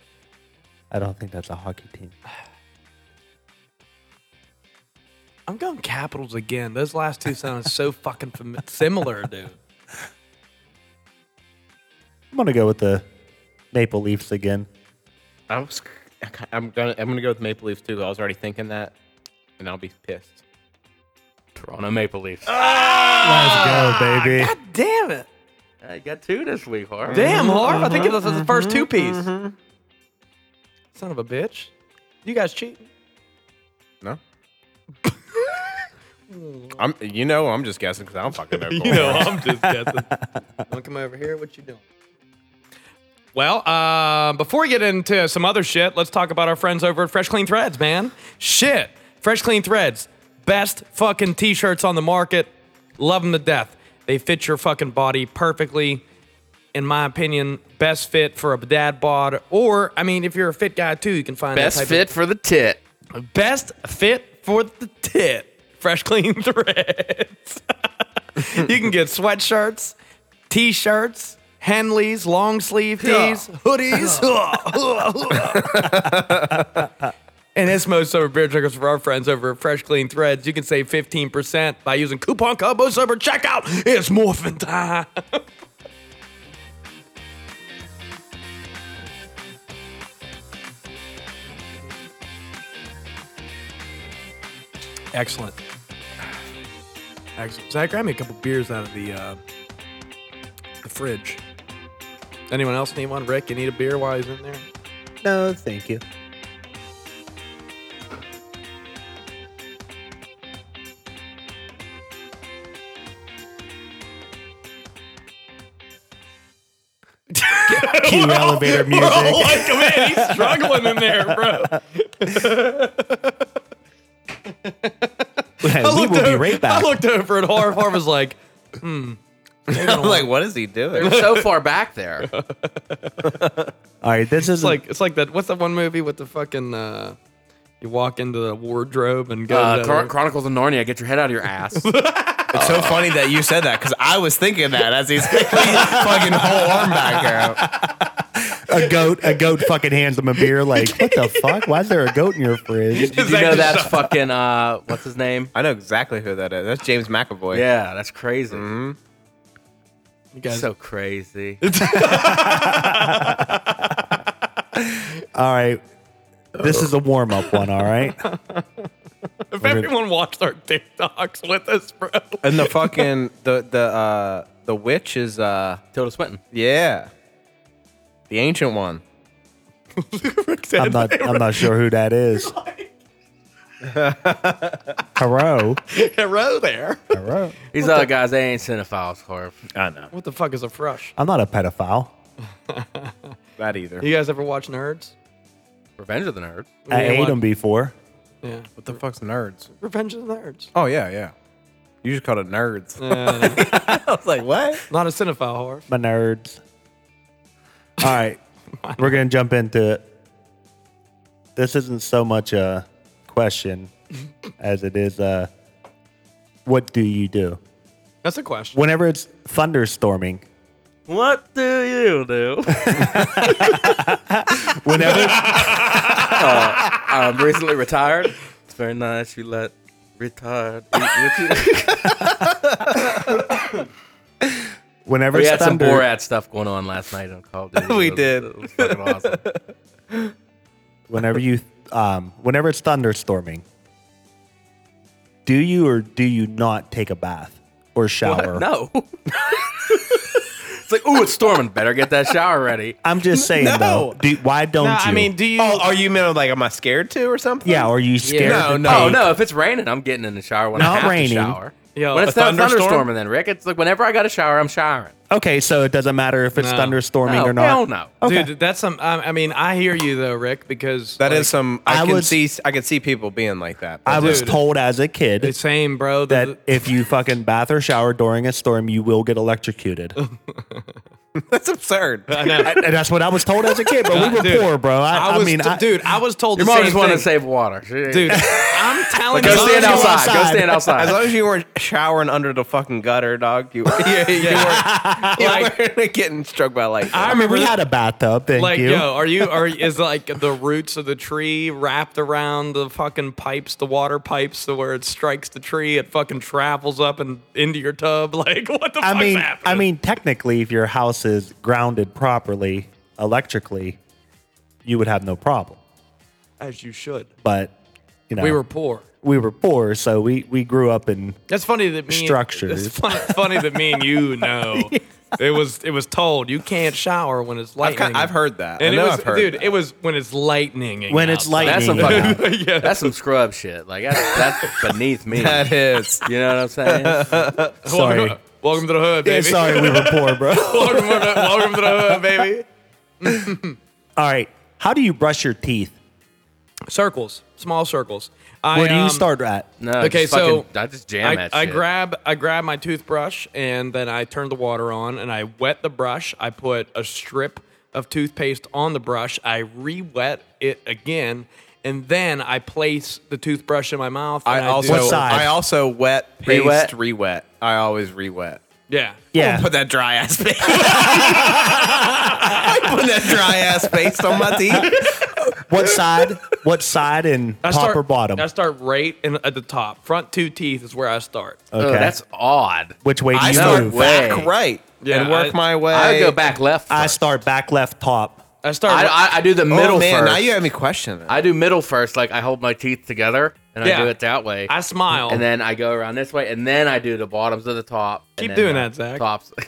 S4: I don't think that's a hockey team.
S1: I'm going Capitals again. Those last two sounded so fucking fami- similar, dude.
S4: I'm gonna go with the Maple Leafs again.
S3: I was, I'm gonna I'm gonna go with Maple Leafs too. I was already thinking that, and I'll be pissed.
S2: Toronto Maple Leafs.
S4: Let's go,
S3: Ah!
S4: baby.
S1: God damn it.
S2: I got two this week, Harv.
S1: Damn, Harv. I think it was the first two piece. mm-hmm, Son of a bitch. You guys cheating.
S3: No. I'm. You know, I'm just guessing because I don't fucking know.
S1: I'm just guessing. Wanna come over here? What you doing? Well, uh, before we get into some other shit, let's talk about our friends over at Fresh Clean Threads, man. Shit, Fresh Clean Threads, best fucking t-shirts on the market. Love them to death. They fit your fucking body perfectly. In my opinion, best fit for a dad bod, or I mean, if you're a fit guy too, you can find that
S2: Best
S1: type
S2: fit for the tit.
S1: Of, best fit for the tit. Fresh Clean Threads. you can get sweatshirts, t-shirts, Henleys, long sleeve tees, hoodies. and it's most sober beer drinkers for our friends over at Fresh Clean Threads. You can save 15% by using coupon code Most Sober Checkout. It's morphin' time. Excellent. Excellent. Zach, grab me a couple beers out of the uh, the fridge. Anyone else need one? Rick, you need a beer while he's in there?
S4: No, thank you. Cue elevator music.
S1: like, man, he's struggling in there, bro.
S4: we will be right back.
S1: I looked over at Harv. Harv was like,
S3: I'm like, what is he
S2: They
S3: doing?
S2: were so far back there.
S4: All right, this is
S1: it's like, it's like that. What's that one movie with the fucking? Uh, you walk into the wardrobe and go. to
S2: Uh,
S1: that
S2: Chron-
S1: other-
S2: Chronicles of Narnia. Get your head out of your ass.
S3: It's so funny that you said that because I was thinking that as he's fucking whole arm back out.
S4: a goat, a goat fucking hands him a beer. Like, what the fuck? Why is there a goat in your fridge?
S2: Did you know that's fucking uh, what's his name?
S3: I know exactly who that is. That's James McAvoy. Mm-hmm.
S2: Yeah, that's crazy.
S1: You guys,
S2: So crazy.
S4: All right. This is a warm up one, all right?
S1: if everyone watched our TikToks with us, bro,
S3: And the fucking the the uh the witch is uh
S2: Tilda Swinton.
S3: yeah. The ancient one.
S1: Rick said
S4: I'm not, I'm not sure who that is. Hello.
S1: hello there.
S4: Hello.
S2: These other guys, they ain't cinephiles, Corp.
S3: I know.
S1: What the fuck is a frush?
S4: I'm not a pedophile.
S3: That either.
S1: You guys ever watch Nerds?
S2: Revenge of the Nerds.
S4: I
S1: Yeah,
S4: ate
S1: what-
S4: them before.
S1: Yeah,
S3: What the fuck's nerds?
S1: Revenge of the Nerds.
S3: Oh yeah, yeah. You just called it nerds. I was like, what?
S1: Not a cinephile horror.
S4: My nerds. All right. We're going to jump into it. This isn't so much a question as it is uh what do you do?
S1: That's a question.
S4: Whenever it's thunderstorming,
S2: What do you do?
S4: whenever
S2: I'm recently retired. It's very nice you let retired eat with you.
S4: whenever
S2: we
S4: it's
S2: had some
S4: thunder,
S2: Borat stuff going on last night on Call of Duty.
S3: We
S2: It was-
S3: did.
S2: It was fucking awesome.
S4: whenever you um, whenever it's thunderstorming, do you or do you not take a bath or shower?
S2: No. it's like, ooh, it's storming. Better get that shower ready.
S4: I'm just saying though. Do, why don't
S1: Nah,
S4: you?
S1: I mean, do you?
S3: Oh, are you meant like am I scared to or something?
S4: yeah, are you scared?
S3: No,
S4: to
S3: no.
S2: Oh
S4: take-
S2: no! If it's raining, I'm getting in the shower when I
S4: Not
S2: have to
S4: raining.
S2: shower.
S1: Yo,
S2: when it's
S1: a
S2: not
S3: thunderstorm?
S2: thunderstorming, then Rick, it's like whenever I got a shower, I'm showering.
S4: Okay, so it doesn't matter if it's
S1: No.
S4: thunderstorming
S2: No,
S4: or not.
S2: hell no.
S4: Okay.
S1: Dude, that's some. um, I, I mean, I hear you though, Rick, because
S3: That is
S1: like,
S3: some I,
S4: I
S3: can
S4: was-
S3: see I can see people being like that.
S4: I was
S1: Dude.
S4: told as a kid
S1: the same, bro. The-
S4: that if you fucking bath or shower during a storm, you will get electrocuted.
S3: That's absurd.
S1: I know.
S4: and that's what I was told as a kid, but we were
S1: Dude,
S4: poor, bro. I, I,
S1: was
S4: mean,
S1: t-
S4: I,
S1: dude, I was told
S2: Your
S1: the
S2: mom
S1: same
S2: just
S1: thing.
S2: wanted to save water, She-
S1: dude, I'm telling
S2: Go
S1: you,
S2: stand
S4: go
S2: outside. Go
S4: outside.
S2: stand outside.
S3: As long as you weren't showering under the fucking gutter, dog, you, you, you weren't, you weren't getting struck by lightning.
S1: I
S4: I mean,
S1: remember
S4: we
S1: that-
S4: had a bathtub. Thank
S1: like,
S4: you.
S1: yo, are you are is like the roots of the tree wrapped around the fucking pipes, the water pipes, so where it strikes the tree, it fucking travels up and into your tub. Like, what the
S4: I
S1: fuck's
S4: mean,
S1: happening?
S4: I mean, technically, if your house is grounded properly electrically, you would have no problem.
S1: as you should.
S4: But you know,
S1: We were poor.
S4: we were poor, so we we grew up in.
S1: That's funny that me
S4: Structures.
S1: It's funny, funny that me and you know. It was it was told you can't shower when it's
S3: I've,
S1: lightning.
S3: kind- I've heard that.
S1: And
S3: I know
S1: it was,
S3: I've heard
S1: dude,
S3: that.
S1: it was when it's lightning.
S4: When it's
S2: that's some
S4: lightning.
S2: fucking,
S1: yeah,
S2: that's some scrub shit. Like that's, that's beneath me.
S3: That is.
S2: You know what I'm saying?
S4: Sorry,
S1: Welcome, welcome to the hood,
S4: Yeah,
S1: baby.
S4: sorry, we were poor, bro. All
S1: welcome, to the, welcome to the hood, baby.
S4: right, how do you brush your teeth?
S1: Circles, small circles. I,
S4: Where do you
S1: um,
S4: start at?
S2: No.
S1: Okay,
S2: just fucking-
S1: so
S2: I just jam
S1: I,
S2: that
S1: I
S2: shit.
S1: grab I grab my toothbrush and then I turn the water on and I wet the brush. I put a strip of toothpaste on the brush. I re-wet it again, and then I place the toothbrush in my mouth.
S3: I
S1: and do-
S3: also,
S4: What side?
S3: I also wet, paste,
S2: Re-wet?
S3: re-wet. I always re-wet.
S1: yeah
S4: Yeah,
S3: Put that dry ass paste. I put that dry ass paste on my teeth.
S4: what side? What side and
S1: I
S4: top
S1: start,
S4: or bottom?
S1: I start right in, at the top. Front two teeth is where I start.
S2: Ugh, uh, that's odd.
S4: Which way do
S3: I
S4: you
S3: start
S4: move?
S3: back
S2: way.
S3: right
S1: Yeah,
S3: and work
S1: I-
S3: my way.
S2: I go back left.
S4: I
S2: first.
S4: start back, left, top.
S1: I start.
S2: I, I, I do the
S3: Oh,
S2: middle
S3: man,
S2: first.
S3: now you have me questioning.
S2: I do middle first. Like I hold my teeth together and
S1: Yeah.
S2: I do it that way.
S1: I smile.
S2: and then I go around this way, and then I do the bottoms of the top.
S1: Keep
S2: and then
S1: doing
S2: the
S1: that, Zach.
S2: Tops.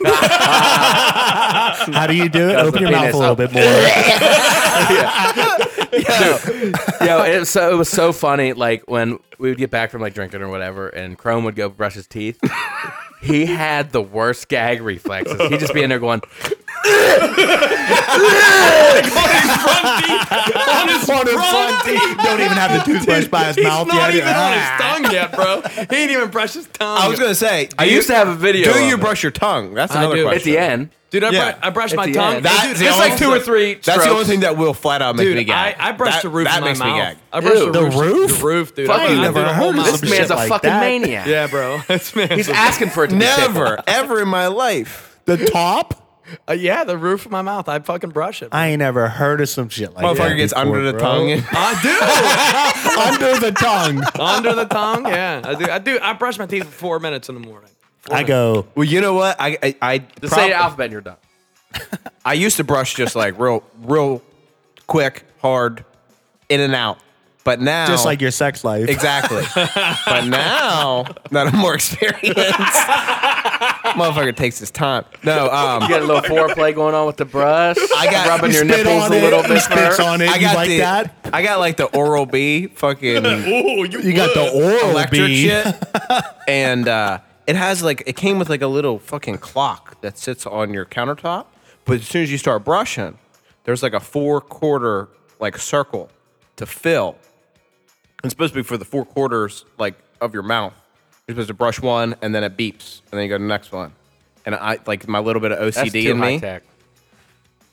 S4: How do you do it? Open your mouth
S2: penis
S4: a little
S2: up.
S4: bit more.
S2: Yo, it was so it was so funny. Like when we would get back from like drinking or whatever, and Chrome would go brush his teeth. he had the worst gag reflexes. He'd just be in there going,
S1: on his
S4: On his
S1: front
S4: front teeth. Don't even have the toothbrush by his
S1: He's
S4: mouth
S1: not
S4: yet.
S1: even on his
S4: Ah.
S1: tongue yet, bro. He ain't even brushed his tongue.
S3: I was gonna say.
S2: I
S3: do
S2: used
S3: you-
S2: to have a video.
S3: Do
S2: of
S3: you
S2: it.
S3: brush your tongue? That's another
S1: do. At
S3: question.
S2: at the end?
S1: dude. I,
S3: Yeah.
S1: bru- I brushed
S2: At
S1: my
S2: the
S1: tongue.
S2: end.
S1: That,
S3: That's
S1: dude,
S3: the
S1: it's like
S3: only-
S1: two or three.
S3: That's the only
S1: strokes.
S3: thing that will flat out make me
S1: Dude, I,
S3: gag.
S1: I brushed
S3: That-
S1: the roof
S3: That
S1: of my
S3: makes
S1: mouth.
S3: me gag.
S1: I brushed
S4: Ew.
S1: the,
S4: The
S1: roof,
S4: roof?
S1: The roof, dude.
S2: Fuck,
S1: I,
S2: you
S1: I
S2: never
S1: did a
S4: heard
S1: whole
S4: of
S1: mouth.
S4: this
S2: This
S4: shit
S2: man's a
S4: like
S2: fucking
S4: that.
S2: maniac.
S1: Yeah, bro. This man's
S2: He's asking for it to be tickled.
S3: Never, ever in my life.
S4: The top?
S1: Uh, yeah, the roof of my mouth. I fucking brush it.
S4: I ain't ever heard of some shit like that.
S3: Motherfucker gets
S4: before,
S3: under the
S4: bro.
S3: tongue. and-
S1: I
S4: under the tongue.
S1: do under the tongue. Yeah, I do. I do. I brush my teeth for four minutes in the morning.
S4: I go,
S3: Well, you know what? I I I,
S2: Just
S3: prob-
S2: say the alphabet and you're done.
S3: I used to brush just like real real quick, hard, in and out. But now,
S4: just like your sex life.
S3: exactly. but now that I'm more experienced, motherfucker takes his time. No, um,
S2: You got a little foreplay going on with the brush.
S3: I got-
S2: rubbing
S3: you
S2: your
S4: spit
S2: nipples
S4: on
S2: a
S4: it,
S2: little
S4: you
S2: bit.
S4: spit
S2: first.
S4: on it.
S3: I
S4: You
S3: got
S4: like
S3: the,
S4: that?
S3: I got like the Oral B fucking
S1: Oh, you,
S4: You got the oral
S3: electric
S4: bee.
S3: shit, and uh, it has like it came with like a little fucking clock that sits on your countertop. But as soon as you start brushing, there's like a four quarter like circle to fill. It's supposed to be for the four quarters like of your mouth. You're supposed to brush one, and then it beeps, and then you go to the next one. And I like my little bit of
S2: That's
S3: OCD
S2: too
S3: in me.
S2: high tech.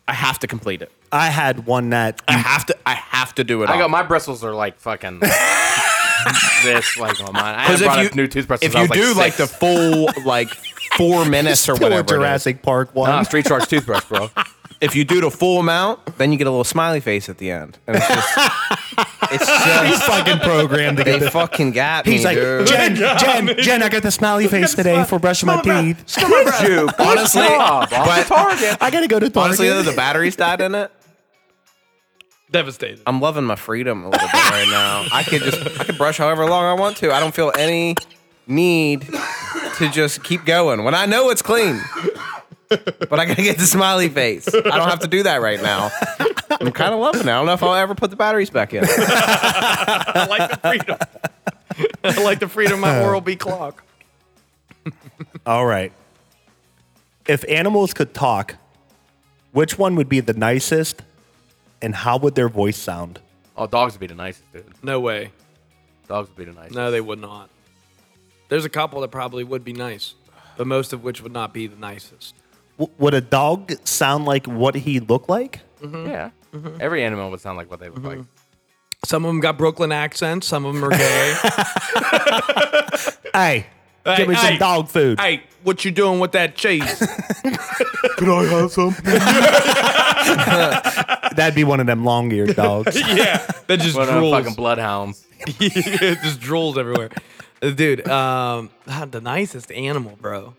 S3: I have to complete it.
S4: I had one that
S3: I have to. I have to do it.
S2: I
S3: all.
S2: got my bristles are like fucking this, like on mine. I
S3: Because
S2: haven't
S3: if
S2: brought
S3: you
S2: up new toothbrushes.
S3: if
S2: since I
S3: you
S2: was,
S3: do like
S2: six.
S3: the full like four minutes or
S4: still a
S3: whatever, it is,
S4: Jurassic Park one.
S2: Nah, street sharks toothbrush, bro.
S3: if you do the full amount, then you get a little smiley face at the end, and it's just it's just
S4: fucking programmed to get
S3: they
S4: the
S3: fucking got me,
S4: He's like,
S3: dude.
S4: Jen, Jen, Jen, I got the smiley face today for brushing my teeth.
S3: you, honestly, but
S4: I gotta go to Target.
S3: honestly, though, the batteries died in it.
S1: devastated.
S3: I'm loving my freedom a little bit right now. I could just I could brush however long I want to. I don't feel any need to just keep going when I know it's clean. But I gotta get the smiley face. I don't have to do that right now. I'm kind of loving it. I don't know if I'll ever put the batteries back in.
S1: I like the freedom. I like the freedom of my oral B clock.
S4: All right. If animals could talk, which one would be the nicest, and how would their voice sound?
S2: Oh, dogs would be the nicest, dude.
S1: No way.
S2: Dogs would be the nicest.
S1: No, they would not. There's a couple that probably would be nice, but most of which would not be the nicest.
S4: W- would a dog sound like what he looked like?
S2: Yeah.
S3: Mm-hmm.
S2: Every animal would sound like what they look like.
S1: Some of them got Brooklyn accents. Some of them are gay.
S4: Hey, give me
S1: hey.
S4: some dog food.
S1: hey, what you doing with that cheese?
S4: Could I have some? That'd be one of them long-eared dogs.
S1: yeah, that just
S2: One of them uh, fucking
S1: drools.
S2: bloodhounds.
S1: it just drools everywhere, Uh, dude. Um, ah, the nicest animal, bro.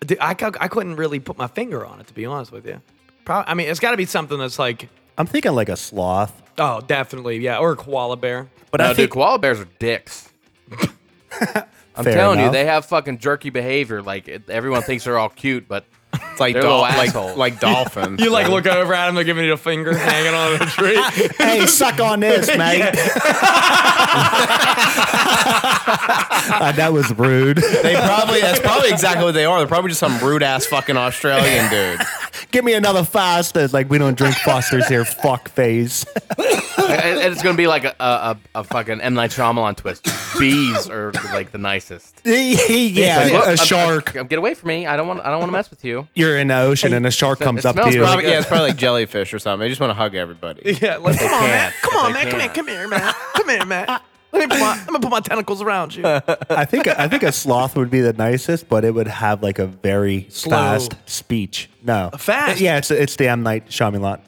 S1: Dude, I cou- I couldn't really put my finger on it to be honest with you. Probably, I mean, it's got to be something that's like,
S4: I'm thinking like a sloth,
S1: oh, definitely, yeah, or a koala bear.
S4: but
S2: No,
S4: I think
S2: dude, koala bears are dicks. I'm
S4: Fair
S2: telling
S4: enough.
S2: you, they have fucking jerky behavior. Like it- everyone thinks they're all cute, but
S3: It's like
S2: They're
S3: dol-
S2: little
S3: like,
S2: assholes.
S3: like dolphins.
S1: You like look over at them, they're giving you a finger hanging on a tree.
S4: hey, suck on this, mate. Uh, that was rude.
S3: They probably that's probably exactly what they are. They're probably just some rude ass fucking Australian dude.
S4: Give me another Foster's. Like, we don't drink Foster's here, fuck face.
S2: and and it's gonna be like a, a, a fucking M Night Shyamalan twist. Bees are like the nicest.
S4: yeah,
S2: Like,
S4: a
S2: "Look, I'm-
S4: shark.
S2: I'm- get away from me! I don't want. I don't want to mess with you.
S4: You're in the ocean and a shark comes
S2: it
S4: up to
S2: smells
S4: you.
S2: really
S3: Probably, yeah, it's probably like jellyfish or something. They just want to hug everybody.
S1: yeah, let's come on, man.
S2: can't.
S1: Come on,
S2: They
S1: man. Come here,
S2: can't.
S1: come here, man. Come here, man. Let me put my, let me put my tentacles around you.
S4: I think I think a sloth would be the nicest, but it would have like a very
S1: Slow.
S4: fast speech. No,
S1: Fast?
S4: Yeah, it's it's the M Night Shyamalan.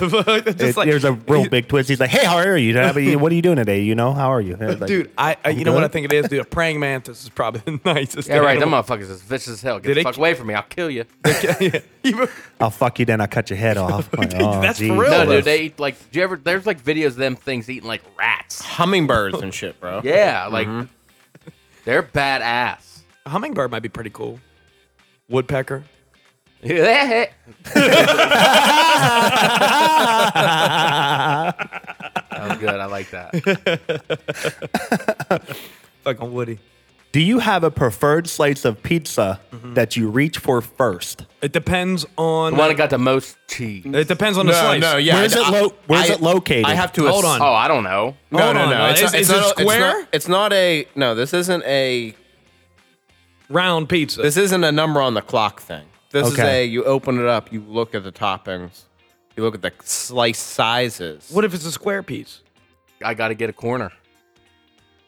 S1: Just
S4: It-
S1: like-
S4: there's a real big twist. He's like, "Hey, how are you? What are you doing today? You know, how are you, Like,
S1: dude. I, I you know what I
S4: good.
S1: think it is, dude. A praying mantis is probably the nicest.
S2: Yeah, right. Them
S1: animal.
S2: motherfuckers is vicious as hell. Get
S1: Did
S2: the
S1: it-
S2: fuck away from me! I'll kill you.
S4: I'll fuck you, then I'll cut your head off." Like, oh,
S1: That's for
S4: geez.
S1: real.
S2: No,
S1: Killers.
S2: dude, they eat like. Do you ever? There's like videos of them things eating like rats.
S3: Hummingbirds and shit, bro.
S2: Yeah, like
S1: Mm-hmm.
S2: they're badass.
S1: A hummingbird might be pretty cool. Woodpecker.
S2: that was good. I like that.
S1: Fucking Woody.
S4: Do you have a preferred slice of pizza that you reach for first?
S1: It depends on.
S2: The one that got the most cheese.
S1: it depends on the slice.
S6: no, yeah.
S4: Where's it lo- where's it located?
S3: I have to.
S1: Hold on.
S2: Oh, I don't know.
S3: No,
S1: Hold
S3: no,
S1: on,
S3: no.
S1: no,
S3: It's,
S1: is-
S6: not-
S1: is
S6: not
S1: it
S6: a- not-
S1: square?
S3: it's not a. No, this isn't a.
S1: Round pizza.
S3: This isn't a number on the clock thing. This is
S4: Okay.
S3: a. You open it up. You look at the toppings. You look at the slice sizes.
S1: what if it's a square piece?
S2: I got to get a corner.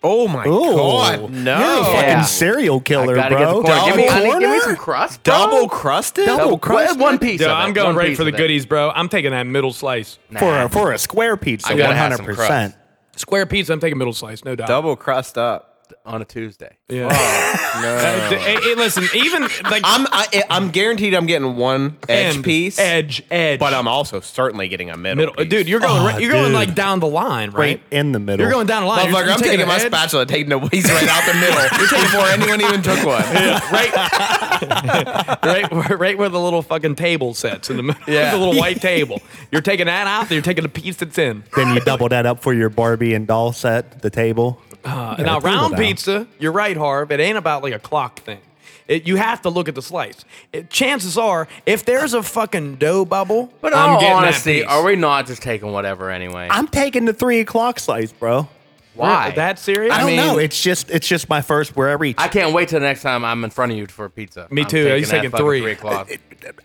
S3: Oh my
S4: Ooh.
S3: god! No.
S4: You're a fucking
S2: Yeah.
S4: serial killer,
S2: I gotta get the
S4: bro.
S2: corner. give, me, I need- give me
S4: Corner?
S2: some crust. bro.
S3: Double crusted.
S2: Double crust. One piece.
S1: Dude,
S2: of it.
S1: I'm going
S2: One
S1: right
S2: piece
S1: for the e-
S2: of it.
S1: goodies, bro. I'm taking that middle slice.
S2: Nah.
S4: For a, for a square pizza,
S2: I
S4: one
S2: gotta have some
S4: hundred percent.
S1: Square pizza. I'm taking middle slice, no doubt.
S3: Double crust up.
S2: on a Tuesday.
S1: Yeah. Uh, d- hey, hey, listen, even like
S3: I'm. I, I'm guaranteed. I'm getting one edge
S1: end,
S3: piece.
S1: edge, edge,
S3: But I'm also certainly getting a middle.
S1: middle.
S3: piece.
S1: Dude, you're going
S4: Oh,
S1: right, you're going
S4: dude.
S1: like down the line, right?
S4: Right in the middle.
S1: You're going down the line. You're-
S3: Motherfucker,
S1: you're
S3: I'm taking
S1: an
S3: my
S1: edge.
S3: spatula, taking the waste right out the middle before anyone even took one.
S1: right, where- right where the little fucking table sits in the middle.
S3: Yeah.
S1: the little white table. You're taking that out. You're taking the piece that's in.
S4: Then you double that up for your Barbie and doll set, the table.
S1: Uh, now,
S4: the table
S1: round
S4: down.
S1: pizza, you're right, Harv. It ain't about like a clock thing. It, you have to look at the slice. It- chances are, if there's a fucking dough bubble,
S2: But in
S1: I'm
S2: all
S1: getting that
S2: honesty,
S1: piece.
S2: are we not just taking whatever anyway?
S4: I'm taking the three o'clock slice, bro.
S2: Why?
S1: that serious?
S4: I don't
S3: mean-
S4: know. It's just it's just my first where I reach.
S2: I can't wait till the next time I'm in front of you for pizza.
S1: Me
S2: I'm
S1: too. He's
S2: that
S1: taking
S2: fucking
S1: three.
S2: o'clock.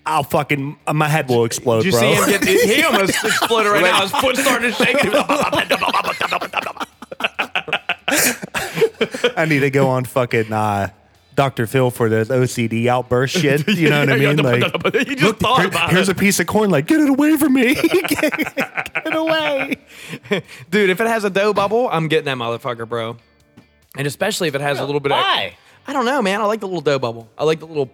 S4: I'll fucking uh, my head will explode,
S1: Did you
S4: bro.
S1: see him get? He almost exploded right now. His foot started shaking.
S4: I need to go on fucking uh, Dr. Phil for this OCD outburst shit. You know what I mean? Like,
S1: he just thought
S4: here-
S1: about
S4: here's
S1: it,
S4: a piece of corn. Like, get it away from me. get it away.
S1: dude. If it has a dough bubble, I'm getting that motherfucker, bro. And especially if it has a little bit.
S3: Why?
S1: Of, I don't know, man. I like the little dough bubble. I like the little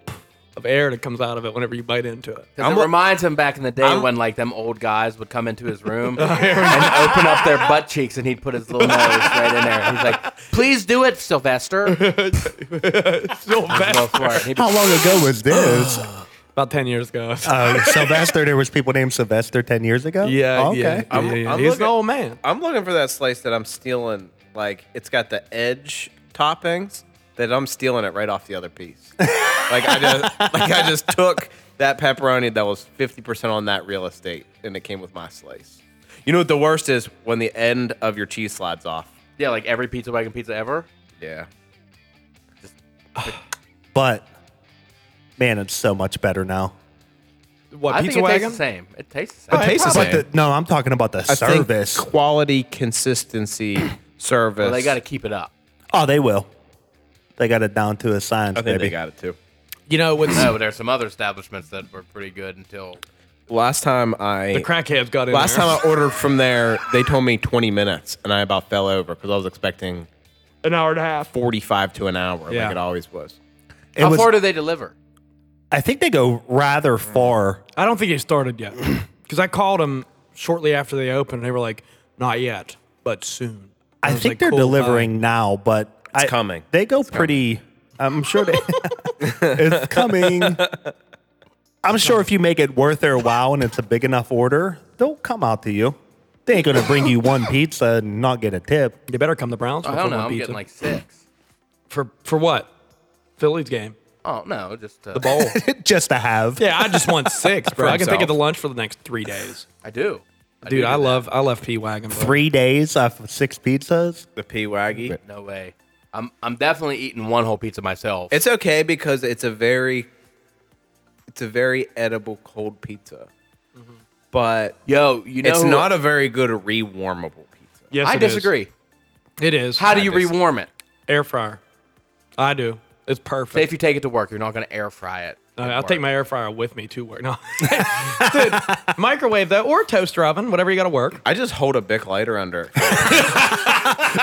S1: of air that comes out of it whenever you bite into it.
S2: 'Cause it reminds him back in the day when like them old guys would come into his room and open up their butt cheeks, and he'd put his little nose right in there. He's like, "Please do it, Sylvester." Go for it. He'd be-
S4: How long ago was this?
S1: About ten years ago.
S4: Uh, Sylvester. There was people named Sylvester ten years ago.
S1: yeah,
S4: Oh,
S1: yeah,
S4: okay.
S1: yeah,
S3: I'm-
S1: yeah.
S3: I'm
S1: He's
S3: looking-
S1: an old man.
S3: I'm looking for that slice that I'm stealing. Like it's got the edge toppings that I'm stealing it right off the other piece. like I just like I just took that pepperoni that was 50% on that real estate and it came with my slice. You know what the worst is when the end of your cheese slides off.
S2: yeah, like every pizza wagon pizza ever.
S3: Yeah.
S4: But man, it's so much better now.
S1: What
S2: I
S1: pizza
S2: think it
S1: wagon? Oh,
S2: tastes the same. It tastes the
S3: It
S2: same.
S3: tastes the
S4: But
S3: same.
S4: the, no, I'm talking about the
S3: I think
S4: service.
S3: quality, consistency, service.
S2: Well, they got to keep it up.
S4: oh, they will. They got it down to a science,
S3: I think they
S4: baby.
S3: got it too.
S1: You know, with
S2: No, but there's Oh, some other establishments that were pretty good until
S3: Last time I
S1: the crackheads got in
S3: Last
S1: there.
S3: time I ordered from there, they told me 20 minutes, and I about fell over because I was expecting
S1: an hour and a half.
S3: 45 to an hour,
S1: Yeah.
S3: like it always was.
S4: It
S2: how
S4: was-
S2: far do they deliver?
S4: I think they go rather far.
S1: I don't think it started yet because I called them shortly after they opened. and They were like, "Not yet, but soon."
S4: I,
S1: was
S4: think
S1: like,
S4: they're
S1: "Cool,
S4: delivering now, but it's
S3: coming.
S4: They go pretty. I'm sure they. it's coming. I'm sure if you make it worth their while and it's a big enough order, they'll come out to you. They ain't gonna bring you one pizza and not get a tip.
S1: fine. They better come to Browns.
S2: I
S1: for
S2: don't know.
S1: one
S2: I'm
S1: pizza.
S2: getting like six.
S1: for for what? Phillies game.
S2: Oh no, just uh,
S1: The bowl.
S4: Just to have.
S1: yeah, I just want six, bro. I can
S3: himself.
S1: take it to lunch for the next three days.
S2: I do.
S1: Dude,
S2: do
S1: I
S2: do that.
S1: love I love P Wagon. bro.
S4: Three days off of six pizzas.
S3: The P Waggy.
S2: No way. I'm I'm definitely eating one whole pizza myself.
S3: It's okay because it's a very, it's a very edible cold pizza, but
S2: Yo, you know
S3: it's
S2: who-
S3: not a very good rewarmable pizza.
S1: Yes,
S2: I
S1: it is.
S2: disagree.
S1: It is.
S2: How do you rewarm it?
S1: air fryer? I do. It's
S2: Say
S1: perfect.
S2: if you take it to work, you're not going to air fry it.
S1: Uh,
S2: at
S1: I'll
S2: work.
S1: take my air fryer with me to work. No, Dude, microwave though, or toaster oven, whatever you got to work.
S3: I just hold a Bic lighter under it.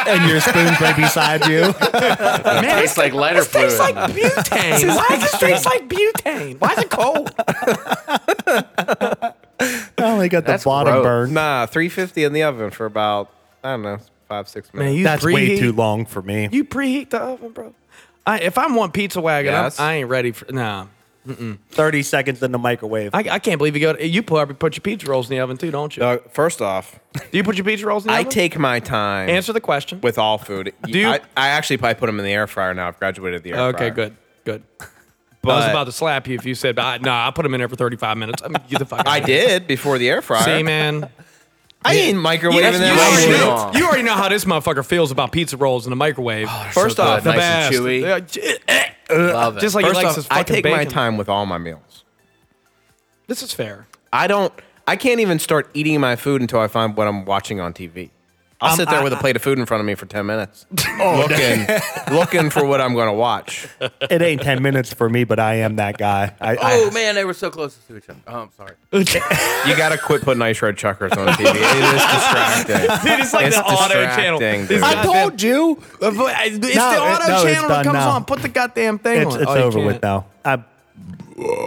S4: and your spoon's right beside you.
S2: It tastes like lighter fluid.
S1: tastes like butane. Why does it taste like butane? Why is it cold?
S4: I only got the
S2: That's
S4: bottom
S2: gross.
S4: burned.
S3: nah, 350 in the oven for about, I don't know, five, six minutes.
S1: you
S4: That's way too long for me.
S1: You preheat the oven, bro. I, if I'm one pizza wagon, I'm-
S3: Yes.
S1: I ain't ready for nah.
S4: Thirty seconds in the microwave.
S1: I, I can't believe you go. You put put your pizza rolls in the oven too, don't you?
S3: Uh, first off,
S1: Do you put your pizza rolls in the
S3: I
S1: oven?
S3: take my time.
S1: Answer the question.
S3: with all food.
S1: Do you-
S3: I, I actually probably put them in the air fryer now. I've graduated the air fryer.
S1: okay, good, good. I was
S3: But-
S1: about to slap you if you said, "Ah, "Nah, I put them in there for 35 minutes." I mean, get the fuck. out
S3: I
S1: of here.
S3: did before the air fryer.
S1: See, man.
S3: I ain't microwaving
S1: you,
S3: that.
S1: already
S3: shit.
S1: know, you already know how this motherfucker feels about pizza rolls in the microwave.
S3: First
S2: so good.
S3: off,
S1: the
S2: nice
S1: best.
S2: and chewy.
S1: Yeah,
S2: Love it.
S1: Just like he
S3: first
S1: likes
S3: off,
S1: his
S3: I
S1: fucking
S3: take my
S1: bacon.
S3: time with all my meals.
S1: This is fair.
S3: I don't. I can't even start eating my food until I find what I'm watching on TV. I'll
S1: Um,
S3: sit there with a plate of food in front of me for ten minutes,
S1: Oh,
S3: looking, looking for what I'm going to watch.
S4: It ain't 10 minutes for me, but I am that guy. I,
S2: oh
S4: I,
S2: man, they were so close to each other. Oh, I'm sorry.
S3: You got to quit putting Ice Road Chuckers on TV. It is distracting.
S1: Dude, it's like
S3: It's
S1: the auto
S3: distracting,
S1: channel.
S3: dude.
S1: These
S3: I
S1: goddamn-
S4: you.
S1: It's the
S4: No, it-
S1: auto
S4: no, it's
S1: channel that
S4: done
S1: comes
S4: now.
S1: on. Put the goddamn thing
S4: It's,
S1: on.
S4: it's
S1: Oh, you
S4: over
S1: can't.
S4: with now. I,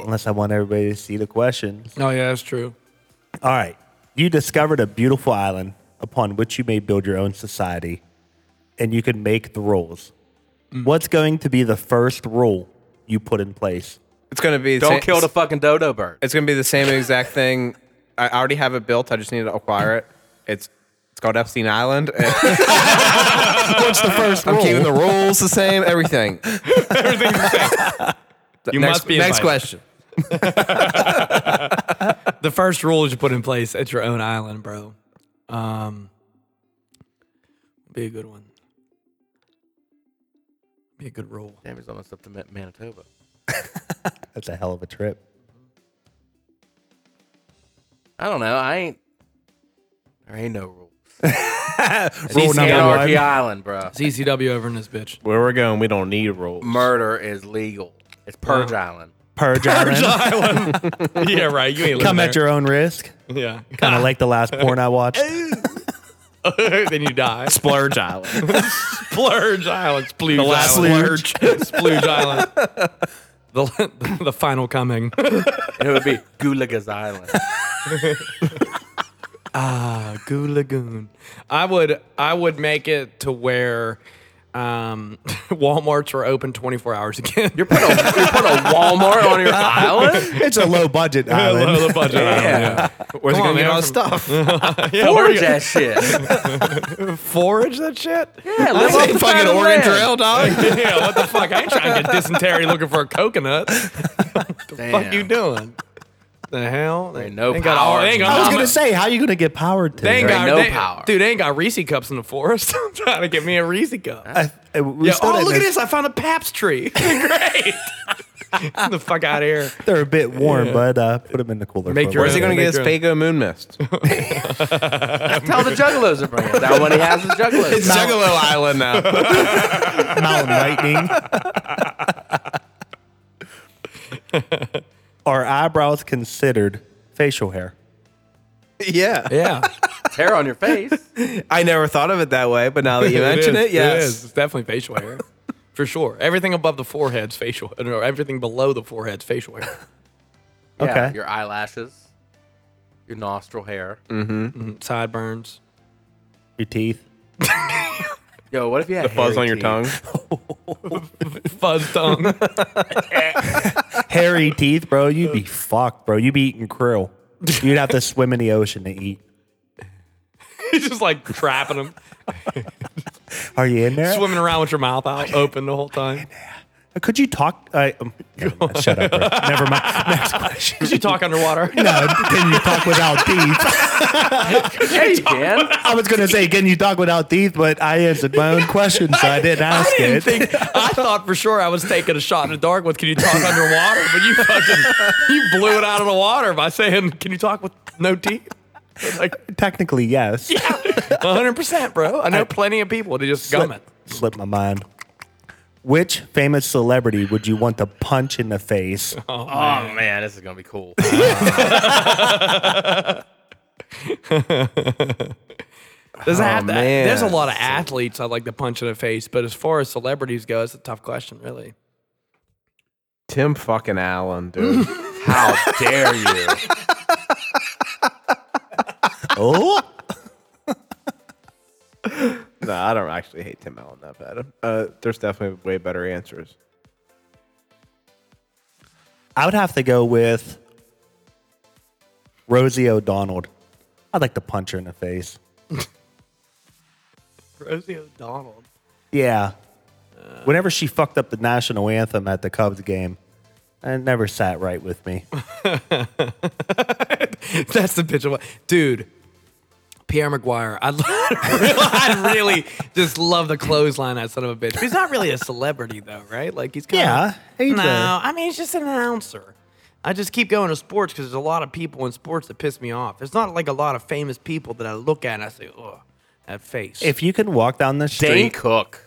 S4: unless I want everybody to see the questions.
S1: Oh yeah, that's true.
S4: All right. You discovered a beautiful island upon which you may build your own society and you can make the rules. What's going to be the first rule you put in place?
S3: It's going to be
S2: Don't
S3: sa-
S2: kill the fucking dodo bird.
S3: It's gonna be the same exact thing. I already have it built. I just need to acquire it. It's it's called Epstein Island. What's the first I'm keeping the rules the same. Everything.
S1: Everything's the same. You
S3: next,
S1: must be
S3: next
S1: invited.
S3: question.
S1: The first rule is you put in place at your own island, bro. Um, be a good one. Be a good rule.
S2: Damn, he's almost up to Ma- Manitoba.
S4: That's a hell of a trip.
S2: I don't know. I ain't. There ain't no rules.
S4: Rule
S2: It's
S4: number
S2: Anarchy
S4: one.
S2: Island, bro.
S1: CCW E over in this bitch.
S3: Where we're going, we don't need rules.
S2: Murder is legal. It's Purge Island.
S4: Purge island.
S1: yeah, right. You ain't
S4: Come
S1: living
S4: at your own risk.
S1: there. yeah.
S4: Kind of like the last porn I watched.
S1: then you die.
S3: Splurge Island.
S1: Splurge Island. Splooge the
S3: last
S1: Island. Splooge Island. The, the final coming.
S2: And it would be Gulagas Island.
S1: Goo Lagoon. I would I would make it to where um, Walmart's were open 24 hours again.
S2: You put a, you put a Walmart on your island?
S4: it's a low budget island.
S1: Low budget. Yeah.
S3: Where's
S1: Come on, man,
S3: it gonna get all
S1: I'm
S3: the stuff?
S2: Forge that shit.
S1: Forage that shit?
S2: Yeah, live off the
S3: fucking
S2: fucking
S3: Oregon
S2: Oregon
S3: Trail, dog.
S1: yeah, what the fuck? I ain't trying to get dysentery looking for a coconut. Fuck you doing? The hell? They
S2: Ain't no
S1: ain't got all-
S2: power.
S1: they ain't got
S4: I was
S1: all
S4: going
S1: my-
S4: to say, how you going to get powered to?
S1: Um, They ain't
S2: There
S1: got
S2: ain't no
S1: they-
S2: power.
S1: Dude, they ain't got Reese cups in the forest. I'm trying to get me a Reese cup.
S4: I- we
S1: yeah,
S4: said
S1: oh,
S4: it,
S1: look at
S4: they-
S1: this. I found a Paps tree. Great. Get the fuck out of here.
S4: They're a bit warm, but uh, put them in the cooler.
S1: Make
S4: for a
S1: your
S3: Where's he
S1: own.
S4: little
S3: gonna
S4: bit.
S3: get his Fago Moon Mist?
S2: Tell the juggalos to bring it. That one he has is juggalos.
S3: It's Juggalo Island now.
S4: Mountain lightning. Are eyebrows considered facial hair?
S3: yeah.
S1: Yeah.
S2: hair on your face.
S3: I never thought of it that way, but now that you
S1: It
S3: mention
S1: is,
S3: it, yes.
S1: is. It's definitely facial hair. For sure. Everything above the forehead's facial. No, everything below the forehead's facial hair.
S2: Yeah,
S4: Okay.
S2: Your eyelashes, your nostril hair.
S3: Mm.
S1: Sideburns.
S4: Your teeth.
S2: Yo, what if you had the
S3: Fuzz on your tongue.
S1: Fuzz tongue.
S4: Hairy teeth, bro. You'd be fucked, bro. You'd be eating krill. You'd have to swim in the ocean to eat.
S1: He's just like trapping them,
S4: Are you in there?
S1: swimming around with your mouth out open the whole time.
S4: Could you talk? I um, never mind. shut up. Bro. Never mind. Next question.
S1: Did you talk underwater?
S4: No, can you talk without teeth?
S2: Yeah, you can.
S4: I was gonna say, can you talk without teeth? But I answered my own question, so I didn't ask
S1: I didn't
S4: it.
S1: think. I thought for sure I was taking a shot in the dark with "Can you talk underwater?" But you fucking you blew it out of the water by saying "Can you talk with no teeth?" Like
S4: Technically, yes.
S1: 100 percent, bro. I know plenty of people that just gum it.
S4: Slip, slip my mind. Which famous celebrity would you want to punch in the face?
S2: Oh man, this is gonna be cool.
S1: Does that have
S4: oh,
S1: to-
S3: man.
S1: There's a lot of athletes I'd like to punch in the face, but as far as celebrities go, it's a tough question, really.
S3: Tim fucking Allen, dude.
S2: How dare you?
S4: Oh,
S3: no, I don't actually hate Tim Allen that bad. Uh, there's definitely way better answers.
S4: I would have to go with Rosie O'Donnell. I'd like to punch her in the face.
S1: Rosie O'Donnell.
S3: Uh.
S4: Yeah. Whenever she fucked up the national anthem at the Cubs game, It never sat right with me.
S1: That's the pitch of what, dude. Pierre Maguire, I'd, I'd really just love the clothesline that son of a bitch. He's not really a celebrity though, right? Like he's kind
S4: Yeah, he's a-
S1: no, I mean he's just an announcer. I just keep going to sports because there's a lot of people in sports that piss me off. There's not like a lot of famous people that I look at and I say, oh, that face.
S4: If you can walk down the street,
S2: Dane Cook.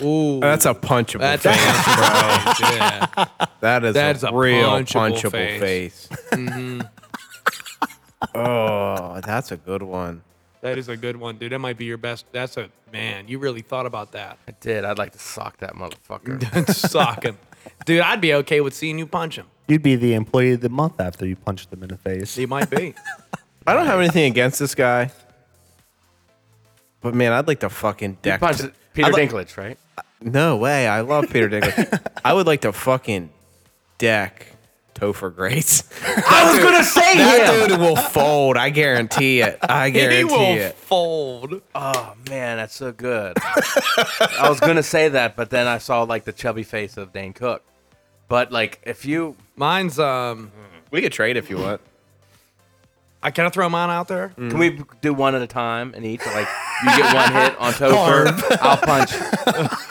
S1: Ooh,
S3: That's a punchable
S1: that's a-
S3: face.
S1: yeah.
S3: That is
S1: That's
S3: a,
S1: a
S3: real
S1: punchable
S3: punchable,
S1: face.
S3: face. Mm-hmm. oh, that's a good one.
S1: That is a good one, dude. That might be your best. That's a man. You really thought about that.
S2: I did. I'd like to sock that motherfucker.
S1: Sock him, dude. I'd be okay with seeing you punch him.
S4: you'd be the employee of the month after you punched them in the face.
S1: He might be.
S3: I don't have anything against this guy, but man, I'd like to fucking deck.
S2: Punch Peter
S3: I'd like-
S2: Dinklage, right?
S3: No way. I love Peter Dinklage. I would like to fucking deck Topher Grace.
S2: I was gonna say
S3: That dude will fold. I guarantee it. I guarantee
S1: he will
S3: it.
S1: fold.
S2: Oh man, that's so good. I was gonna say that, but then I saw like the chubby face of Dane Cook. But like, if you
S1: Mine's um.
S3: We could trade if you want.
S1: I can I throw mine out there?
S2: can, we do one at a time and each like you get one hit on Topher, I'll punch.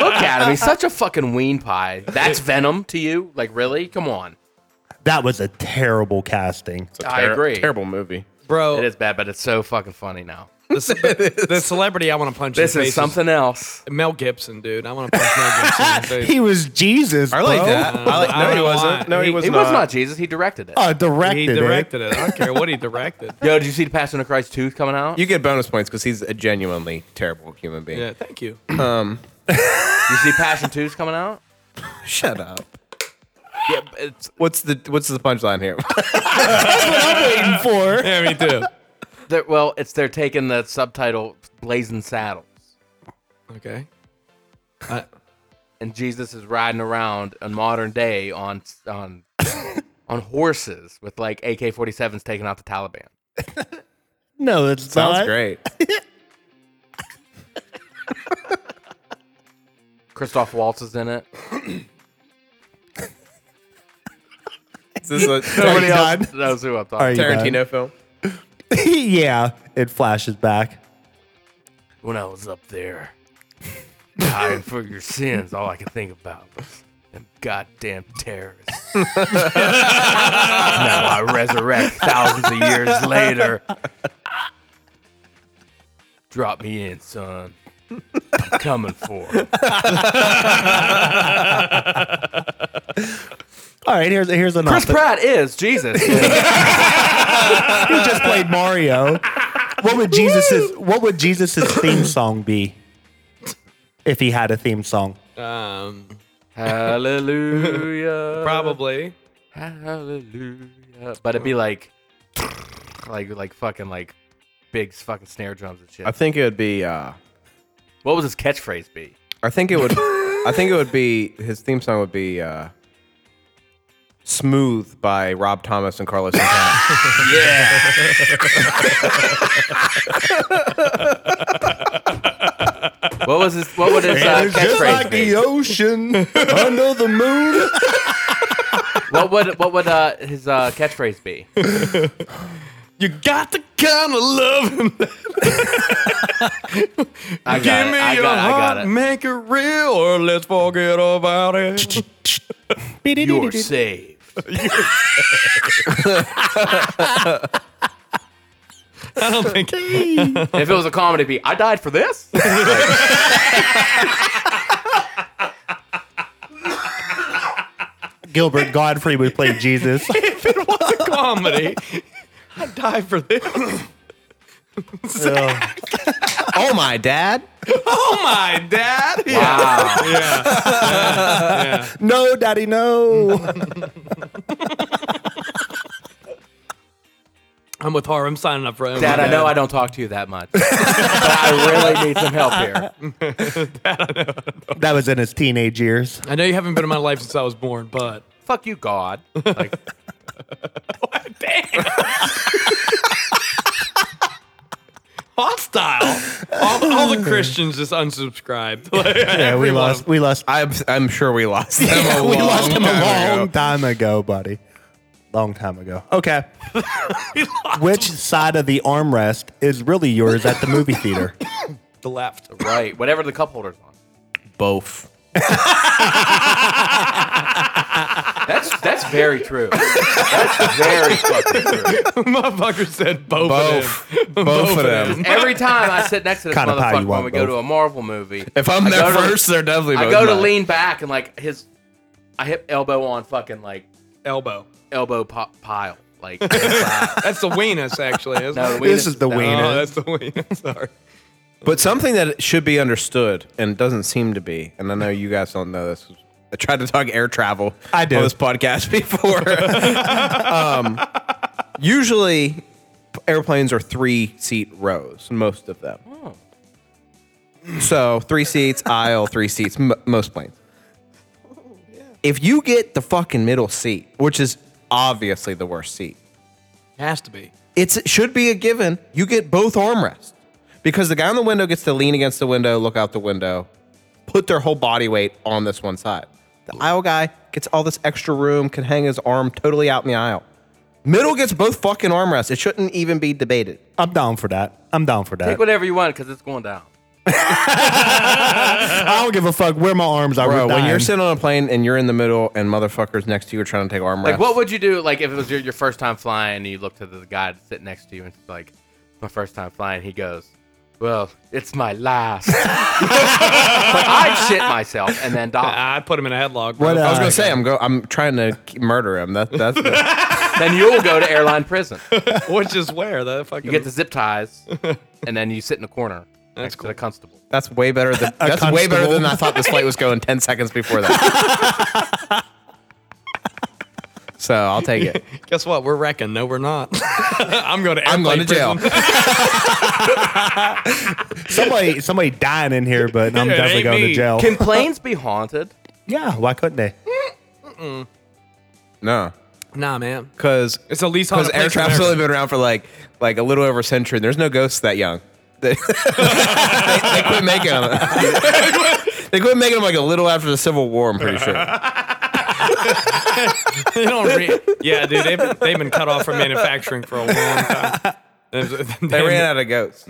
S2: Look at him; he's such a fucking ween pie. That's Venom to you? Like, really? Come on.
S4: That was a terrible casting.
S2: I agree.
S3: Terrible movie.
S1: Bro,
S2: It is bad, but it's so fucking funny now.
S1: The, ce- the celebrity I want to punch
S2: This
S1: in the face
S2: is something else.
S1: Mel Gibson, dude. I want to punch Mel Gibson in the face.
S4: Ah, He was Jesus.
S3: I like
S4: bro.
S3: that. I like,
S1: I don't
S3: no, he
S1: know
S3: wasn't.
S1: why.
S3: No, he,
S1: He-
S3: was
S2: He
S3: not.
S2: was not Jesus. He directed it.
S4: Uh, directed
S1: He
S4: it.
S1: directed it. I don't care what he directed.
S2: Yo, did you see the Passion of Christ 2 coming out?
S3: You get bonus points because he's a genuinely terrible human being.
S1: Yeah, thank you.
S2: You see Passion 2's coming out?
S3: Shut up.
S2: Yeah, but it's
S3: What's the What's the punchline here?
S4: Waiting for.
S1: yeah, me too.
S2: they're, well, it's they're taking the subtitle "Blazing Saddles,"
S1: Okay.
S2: and Jesus is riding around in modern day on on on horses with like AK-47s taking out the Taliban.
S4: No, it's
S3: Sounds
S4: not.
S3: great.
S2: Christoph Waltz is in it.
S3: Is this a
S4: Nobody
S3: Tar-
S4: else-
S2: knows who I'm talking.
S4: Are you
S3: Tarantino
S4: done?
S3: film?
S4: yeah, it flashes back.
S2: When I was up there, dying for your sins, all I could think about was them goddamn terrorists. now I resurrect thousands of years later. Drop me in, son. I'm coming for 'em.
S4: All right, here's here's another.
S2: Chris Pratt is Jesus.
S4: He just played Mario. What would Jesus's What would Jesus's theme song be? If he had a theme song,
S1: Um,
S2: Hallelujah.
S1: Uh, probably.
S2: Hallelujah. But it'd be like, like, like fucking like big fucking snare drums and shit.
S3: I think it would be. Uh,
S2: What was his catchphrase be?
S3: I think it would. I think it would be his theme song would be uh, "Smooth" by Rob Thomas and Carlos Santana.
S2: What was his? What would his uh, catchphrase be?
S4: ocean under the moon.
S2: What would what would uh, his uh, catchphrase be?
S1: You got the kind of loving.
S2: I
S1: Give me
S2: I
S1: your
S2: got it. I
S1: heart,
S2: got it.
S1: make it real, or let's forget about it.
S2: You're saved.
S1: I don't think.
S2: If it was a comedy, it'd be I died for this.
S4: Gilbert Godfrey would play Jesus.
S1: comedy. I'd die for this.
S3: oh my dad!
S1: Oh my dad.
S2: Wow.
S4: no, Daddy, no.
S1: I'm with her. I'm signing up for him.
S2: Dad, I know I don't talk to you that much, but I really need some help here.
S4: that was in his teenage years.
S1: I know you haven't been in my life since I was born, but
S2: Fuck you, God. Like,
S1: damn. hostile. All, all the Christians just unsubscribed. Like,
S4: Yeah, we
S1: everyone.
S4: lost. We lost.
S3: I'm I'm sure we lost. them a
S4: we
S3: long
S4: lost him a
S3: time ago.
S4: long time ago, buddy. Long time ago. Okay. Which side of the armrest is really yours at the movie theater?
S1: the left.
S2: Right. Whatever the cup holder's on.
S3: Both.
S2: That's that's very true. That's very fucking true.
S1: Motherfucker said both. Both.
S3: Both. Both of them.
S2: Every time I sit next to this
S4: Kinda pie you
S2: motherfucker when
S4: want
S2: we go
S4: both.
S2: to a Marvel movie,
S3: If I'm
S2: I
S3: there
S2: go to-
S3: first, they're definitely.
S2: I
S3: both
S2: go to
S3: mine.
S2: lean back and like his, I hit elbow on fucking like
S1: Elbow.
S2: elbow po- pile. Like
S1: That's the weenus, actually. Isn't
S2: No,
S1: it?
S2: we-
S4: This is the
S2: No.
S1: Oh,
S4: weenus.
S1: that's the weenus. Sorry.
S3: But something that should be understood and doesn't seem to be, and I know you guys don't know this. I tried to talk air travel
S4: I do.
S3: on this podcast before. um, usually, airplanes are three seat rows, most of them. So three seats, aisle, three seats, m- most planes. If you get the fucking middle seat, which is obviously the worst seat,
S1: Has to be.
S3: it's, it should be a given. You get both armrests because the guy on the window gets to lean against the window, look out the window, put their whole body weight on this one side. The aisle guy gets all this extra room, can hang his arm totally out in the aisle. Middle gets both fucking armrests. It shouldn't even be debated.
S4: I'm down for that. I'm down for
S2: oh, take
S4: that.
S2: whatever you want because it's going down.
S4: I don't give a fuck where my arms are.
S3: Bro,
S4: We're
S3: when you're
S4: dying.
S3: sitting on a plane and you're in the middle and motherfuckers next to you are trying to take armrests.
S2: Like, what would you do? Like, if it was your, your first time flying, and you look to the guy sitting next to you, and it's like, "My first time flying," he goes, "Well, it's my last." But I'd shit myself and then die.
S1: I put him in a headlock. Bro.
S4: What,
S3: I was
S4: uh,
S3: gonna say I'm go I'm trying to k- murder him. That that's the,
S2: then you'll go to airline prison.
S1: Which is where the fucking.
S2: You get the zip ties, and then you sit in the corner next to the constable.
S3: that's way better than that's way better than I thought this flight was going ten seconds before that. so I'll take it.
S1: Guess what? We're wrecking. No, we're not. I'm going to.
S3: I'm going to jail.
S1: airplane prison.
S4: somebody, somebody dying in here, but I'm
S1: Yeah, it
S4: definitely
S1: ain't
S4: going
S1: me.
S4: to jail.
S2: Can planes be haunted?
S4: yeah, why couldn't they?
S3: No,
S1: Nah, man.
S3: because
S1: It's the least
S3: because
S1: haunted
S3: air
S1: place in
S3: travel's only
S1: America.
S3: been around for like like a little over a century. There's no ghosts that young. They, they, they quit making them. they quit making them like a little after the Civil War. I'm pretty sure.
S1: They don't re- yeah, dude. They've been, they've been cut off from manufacturing for a long time.
S3: They ran out of ghosts.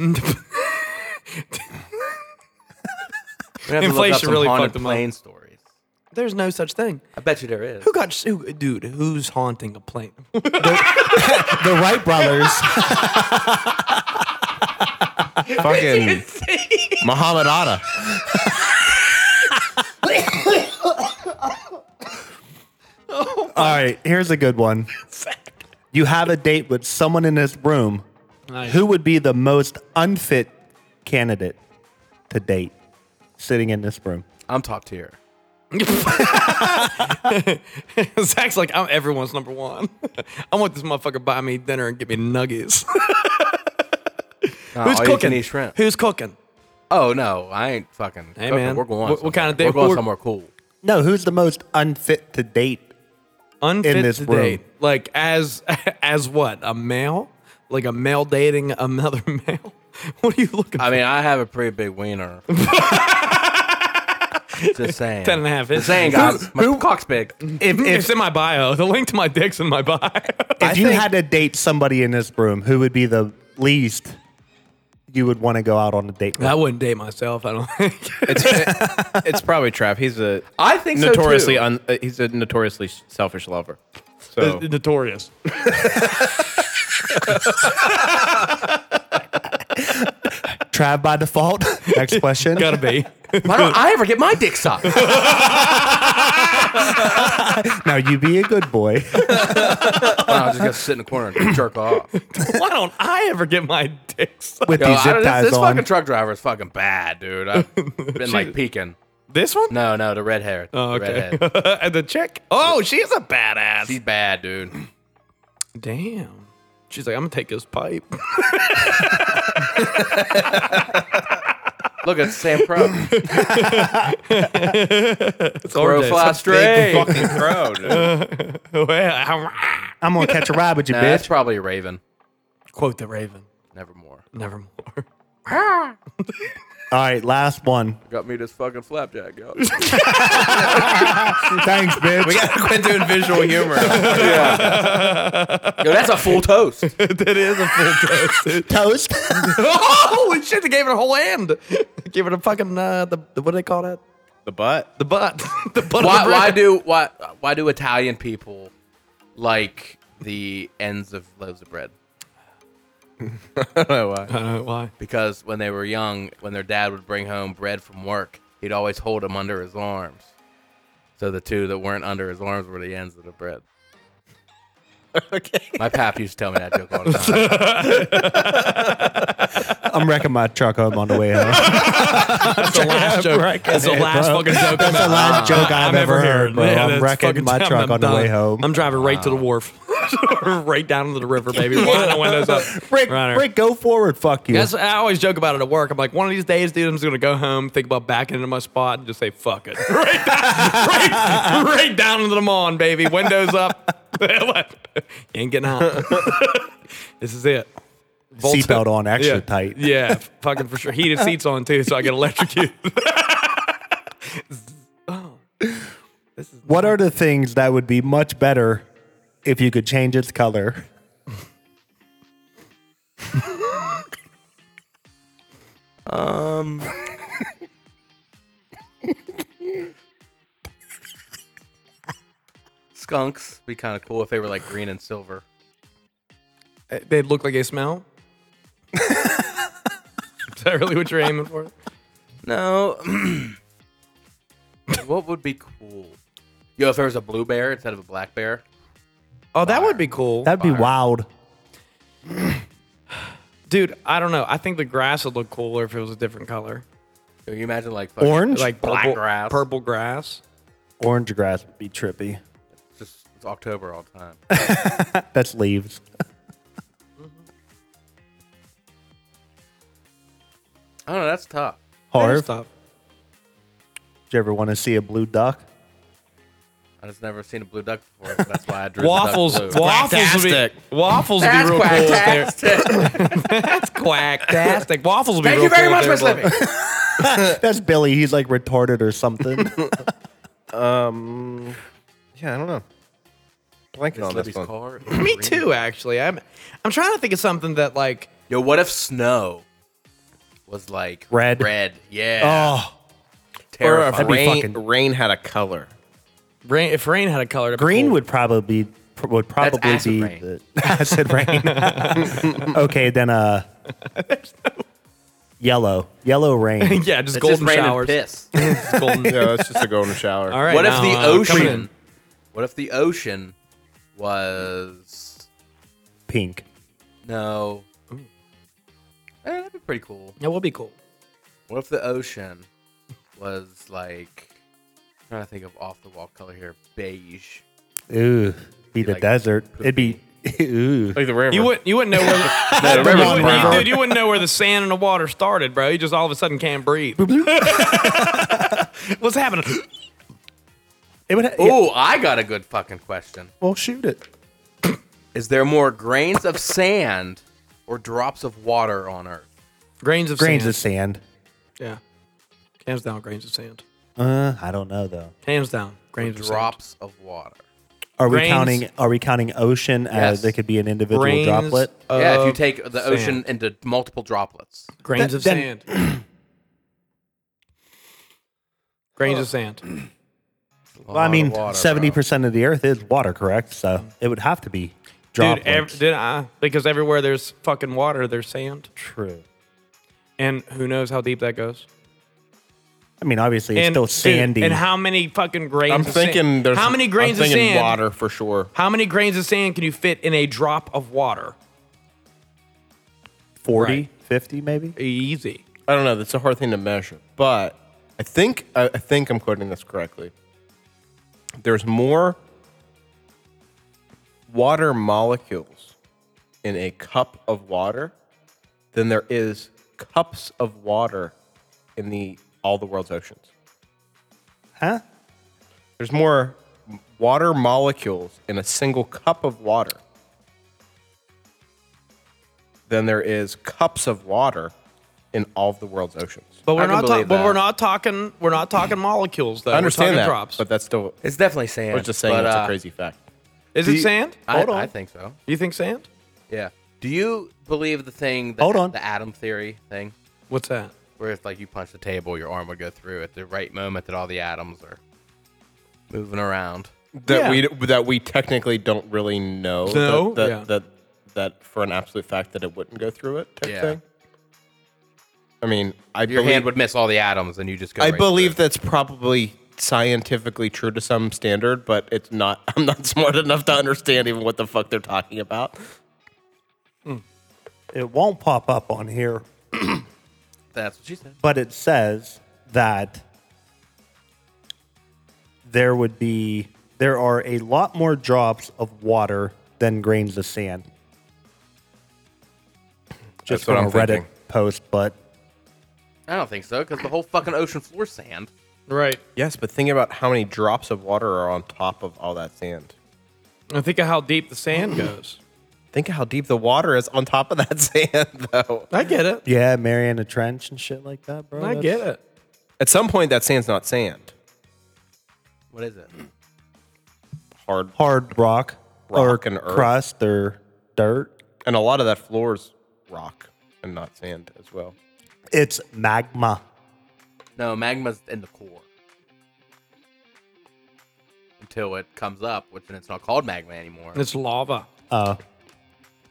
S2: We have to look up
S1: Inflation
S2: some
S1: really
S2: haunted
S1: fucked them up.
S2: plane stories.
S1: There's no such thing.
S2: I bet you there is.
S1: Who got who, dude? Who's haunting a plane?
S4: The Wright brothers.
S3: Fucking Muhammad Atta.
S4: All right, here's a good one. You have a date with someone in this room. Who would be the most unfit candidate to date sitting in this room?
S2: I'm top tier.
S1: Zach's like, I'm everyone's number one. I want this motherfucker to buy me dinner and get me nuggets.
S2: Nah,
S1: Who's
S2: all you can
S1: cooking?
S2: eat shrimp.
S1: Who's cooking?
S2: Oh no, I ain't fucking.
S1: Hey,
S2: cooking.
S1: man.
S2: we're going.
S1: What- what
S2: somewhere.
S1: kind of thing-
S2: We're going
S1: we're-
S2: somewhere cool.
S4: No, who's the most unfit to date?
S1: Unfit
S4: this
S1: to
S4: room.
S1: date. Like as as what? A male? Like a male dating another male? What are you looking
S2: I
S1: for?
S2: mean, I have a pretty big wiener. Just saying.
S1: Ten and a half inches.
S2: Just saying, guys. My cock's big.
S1: If, it's in my bio. The link to my dick's in my bio.
S4: If you had to date somebody in this room, who would be the least you would want to go out on a date with?
S1: I wouldn't date myself. I don't think.
S3: It's, it's probably Trav. He's a
S2: I think so,
S3: notoriously
S2: too.
S3: un, uh, he's a notoriously selfish lover. So
S2: Oh.
S1: Notorious.
S4: Trav by default. Next question.
S1: Gotta be.
S2: Why don't I ever get my dick sucked?
S4: now you be a good boy.
S2: I was just gonna sit in the corner and jerk off. Yo,
S1: Why don't I ever get my dick sucked?
S4: With these
S2: I don't-
S4: zip
S2: this
S4: ties
S2: this
S4: on.
S2: fucking truck driver is fucking bad, dude. I've been like peeking.
S1: This one?
S2: No, no, the red hair.
S1: Oh,
S2: The
S1: okay.
S2: redhead.
S1: and the chick? Oh, she's a badass.
S2: She's bad, dude.
S1: Damn. She's like, I'm gonna take his pipe.
S2: Look at Sam Pro.
S1: It's
S2: Pro
S1: orange.
S2: fly straight.
S3: big fucking crow, dude.
S1: Well,
S4: I'm gonna catch a ride with you,
S2: Nah,
S4: bitch.
S2: that's probably a raven.
S1: Quote the Raven.
S2: Nevermore.
S1: Nevermore.
S4: All right, last one.
S2: Got me this fucking flapjack, yo.
S6: Thanks, bitch.
S3: We gotta quit doing visual humor.
S2: yo, that's a full toast.
S1: that is a full toast. dude.
S4: Toast.
S1: Holy shit! They gave it a whole hand. Give it a fucking uh, the, the what do they call that?
S3: the butt.
S1: The butt. the butt.
S2: why,
S1: of the
S2: why
S1: bread.
S2: do why why do Italian people like the ends of loaves of bread?
S1: I don't know Uh, why.
S2: Because when they were young, when their dad would bring home bread from work, he'd always hold them under his arms. So the two that weren't under his arms were the ends of the bread.
S3: Okay.
S2: My pap used to tell me that joke all the time.
S4: I'm wrecking my truck home on the way home.
S1: That's the last joke. That's the last fucking joke.
S4: That's the last joke I've, ever heard, bro.
S1: Yeah,
S4: I'm
S1: that's
S4: wrecking
S1: fucking
S4: my
S1: time.
S4: truck
S1: I'm
S4: on the
S1: done.
S4: way home.
S1: I'm driving right to the wharf, right down to the river, baby. Why no windows up?
S4: Rick,
S1: Right there.
S4: Rick, go forward. Fuck you.
S1: That's, I always joke about it at work. I'm like, one of these days, dude, I'm just gonna go home, think about backing into my spot, and just say, "Fuck it," right, down, right, right down into the lawn, baby. Windows up. you ain't getting out. this is it. Volt-
S4: Seatbelt on extra
S1: yeah.
S4: tight.
S1: Yeah, fucking for sure. Heated seats on too, so I get electrocuted.
S4: What are the things that would be much better if you could change its color?
S2: Skunks be kind of cool if they were like green and silver.
S1: they look like they smell. is that really what you're aiming for?
S2: No. what would be cool? Yo, if there was a blue bear instead of a black bear.
S1: Oh, that would be cool.
S4: That'd be wild.
S1: Dude, I don't know. I think the grass would look cooler if it was a different color.
S2: Can you imagine like fucking-
S4: Orange?
S1: Like
S2: Black
S1: purple,
S2: grass.
S1: Purple grass.
S4: Orange grass would be trippy.
S2: It's just it's October all the time.
S4: That's leaves.
S2: I don't know. That's tough.
S4: Harv, did
S1: Stuff.
S4: you ever want to see a blue duck?
S2: I just never seen a blue duck before. so that's why I drew
S1: Waffles.
S2: The duck blue.
S1: Waffles would be
S3: Quacktastic.
S1: waffles would be real cool. if they're- That's quacktastic. Waffles would be
S2: Thank
S1: real
S2: you very
S1: cool
S2: much,
S1: if
S2: Miss
S1: they're
S2: Libby.
S4: That's Billy. He's like retarded or something.
S3: Yeah, I don't know. Blanket on this
S2: Libby's
S3: one.
S2: car.
S1: blue. Me too, actually. I'm I'm trying to think of something that like
S2: Yo, what if snow was like
S4: Red.
S2: Red. Yeah.
S4: oh,
S3: Or if
S2: terrifying.
S4: that'd be
S3: rain,
S4: fucking-
S3: rain had a color.
S1: rain if rain had a color. it'd be
S4: green
S1: cool.
S4: would probably be would probably
S2: acid
S4: be
S2: rain.
S4: the acid rain. okay, then uh, yellow, yellow rain.
S1: yeah, just
S2: It's
S1: golden
S2: just rain and
S1: showers.
S2: piss.
S1: Just golden-
S3: Yeah, that's just a golden shower.
S1: All right.
S2: what
S1: now,
S2: if the
S1: uh, coming
S2: ocean?
S1: in.
S2: What if the ocean was
S4: Pink.
S2: no? Eh, that'd be pretty cool.
S1: That would be cool.
S2: What if the ocean was like? I'm trying to think of off the wall color here. Beige.
S4: Ooh, be the
S2: like
S4: desert. It'd be ooh.
S3: Like the river.
S1: Oh, You wouldn't. You wouldn't know where. The,
S3: no, the
S1: you
S3: river's
S1: wouldn't-
S3: brown.
S1: you- dude, you wouldn't know where the sand and the water started, bro. You just all of a sudden can't breathe. What's happening?
S4: It would. Ha- yeah,
S2: Oh, I got a good fucking question.
S4: well, shoot it.
S2: Is there more grains of sand or drops of water on Earth?
S1: Grains of
S4: Grains of
S1: sand.
S4: sand.
S1: yeah. Hands down, grains of sand.
S4: Uh, I don't know though.
S1: Hands down, grains of sand.
S2: Drops of water.
S4: Are we
S1: Grains-
S4: counting? Are we counting ocean as
S2: Yes.
S4: they could be an individual
S1: Grains
S4: droplet?
S1: of
S2: yeah, if you take the
S1: sand.
S2: ocean into multiple droplets.
S1: grains
S4: Th-
S1: of
S4: then-
S1: sand. grains of sand.
S4: Well, I mean,
S2: water, bro.
S4: seventy percent of the Earth is water, correct? So it would have to be
S1: Dude,
S4: droplets.
S1: ev- did I, because everywhere there's fucking water, there's sand,
S4: True.
S1: and who knows how deep that goes.
S4: I mean, obviously, it's
S1: and
S4: still
S1: dude,
S4: sandy.
S1: and how many fucking grains?
S3: I'm
S1: of sand-
S3: thinking there's
S1: how many grains
S3: I'm
S1: of
S3: thinking
S1: sand?
S3: water for sure.
S1: How many grains of sand can you fit in a drop of water?
S4: 40,
S1: Right.
S4: 50 maybe?
S1: Easy.
S3: I don't know. That's a hard thing to measure, but I think I, I think I'm quoting this correctly. There's more water molecules in a cup of water than there is cups of water in the all the world's oceans.
S4: Huh?
S3: There's more water molecules in a single cup of water than there is cups of water in all of the world's oceans.
S1: But we're
S2: I can
S1: not. ta-
S2: believe
S1: but
S2: that.
S1: we're not talking. We're not talking molecules. Though.
S3: I understand
S1: we're
S3: that,
S1: talking crops.
S3: but that's still.
S2: It's definitely sand.
S3: I was just saying
S2: but,
S3: it's
S2: uh,
S3: a crazy fact.
S1: Is
S2: do
S1: it
S2: you-
S1: sand?
S2: I,
S1: Hold on.
S2: I think so.
S1: you think sand?
S2: Yeah. Do you believe the thing? The,
S4: Hold on.
S2: The atom theory thing,
S1: What's that?
S2: where if like you punch the table, your arm would go through at the right moment that all the atoms are moving around.
S3: That
S1: Yeah.
S3: we that we technically don't really know.
S1: No,
S3: that that,
S1: yeah.
S3: that that for an absolute fact that it wouldn't go through it. Type
S2: Yeah.
S3: thing. I mean, I
S2: Your
S3: believe,
S2: hand would miss all the atoms, and you just go.
S3: I
S2: right
S3: believe
S2: through.
S3: that's probably scientifically true to some standard, but it's not. I'm not smart enough to understand even what the fuck they're talking about.
S4: It won't pop up on here,
S2: that's what she said.
S4: but it says that there would be there are a lot more drops of water than grains of sand. Just
S3: That's what
S4: from
S3: I'm
S4: a Reddit
S3: thinking.
S4: post, but
S2: I don't think so, because the whole fucking ocean floor sand.
S1: Right.
S3: Yes, but think about how many drops of water are on top of all that sand.
S1: And think of how deep the sand goes.
S3: Think of how deep the water is on top of that sand, though.
S1: I get it.
S4: yeah, Mariana Trench and shit like that, bro.
S1: I
S4: that's-
S1: get it.
S3: At some point, that sand's not sand.
S2: What is it?
S3: Hard,
S4: Hard rock,
S3: Rock
S4: or
S3: and earth.
S4: crust or dirt.
S3: and a lot of that floor's rock and not sand as well.
S4: It's magma.
S2: No, magma's in the core. Until it comes up, which then it's not called magma anymore.
S1: It's lava.
S4: Uh,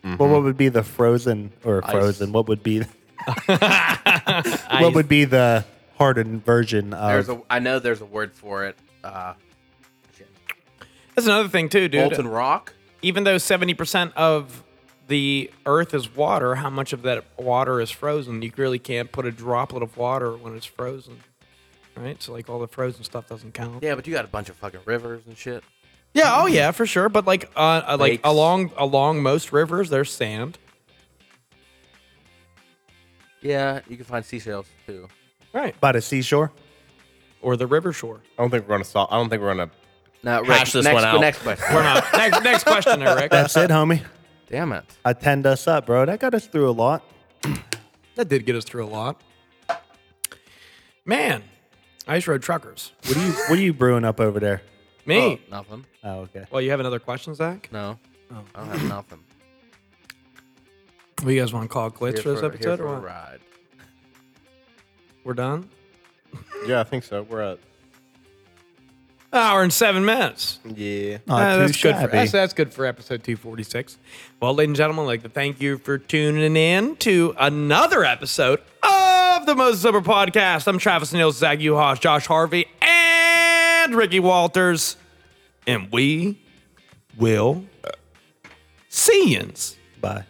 S4: Well,
S2: Mm.
S4: what would be the frozen or frozen? What would be what would be the hardened version
S2: There's
S4: of?
S2: a, I know there's a word for it. Uh,
S1: That's another thing too, dude.
S2: molten rock.
S1: Even though seventy percent of the Earth is water, how much of that water is frozen? You really can't put a droplet of water when it's frozen, right? So like all the frozen stuff doesn't count.
S2: Yeah, but you got a bunch of fucking rivers and shit.
S1: Yeah, oh yeah, for sure. But like, uh, uh, like
S2: Lakes.
S1: along along most rivers, there's sand.
S2: Yeah, you can find seashells too.
S1: Right.
S4: by the seashore.
S1: Or the river shore.
S3: I don't think we're gonna solve. I don't think we're gonna.
S2: Now, Rick,
S3: Hash this
S2: next,
S3: one out.
S2: Next question.
S1: We're not. next, next question, Eric.
S4: That's it, homie.
S2: Damn it.
S4: I tend us up, bro. That got us through a lot.
S1: That did get us through a lot. Man, Ice Road Truckers.
S4: What are you What are you brewing up over there?
S1: Me.
S2: Oh, nothing.
S4: Oh, okay.
S1: Well, you have another question, Zach?
S2: No.
S1: Oh.
S2: I don't have nothing.
S1: Well, you guys want to call it quits
S2: Here
S1: for this
S2: for- here
S1: episode
S2: for
S1: or
S2: a
S1: what?
S2: ride.
S1: We're done?
S3: Yeah, I think so. We're at.
S1: Hour and seven minutes.
S3: Yeah.
S4: Not
S1: Uh,
S4: too
S1: that's good. For,
S4: shabby.
S1: that's, that's good for episode 246. Well, ladies and gentlemen, I'd like to thank you for tuning in to another episode of the Moses Sober Podcast. I'm Travis Neal, Zach Uhas, Josh Harvey, and Ricky Walters. And we will see you.
S4: Bye.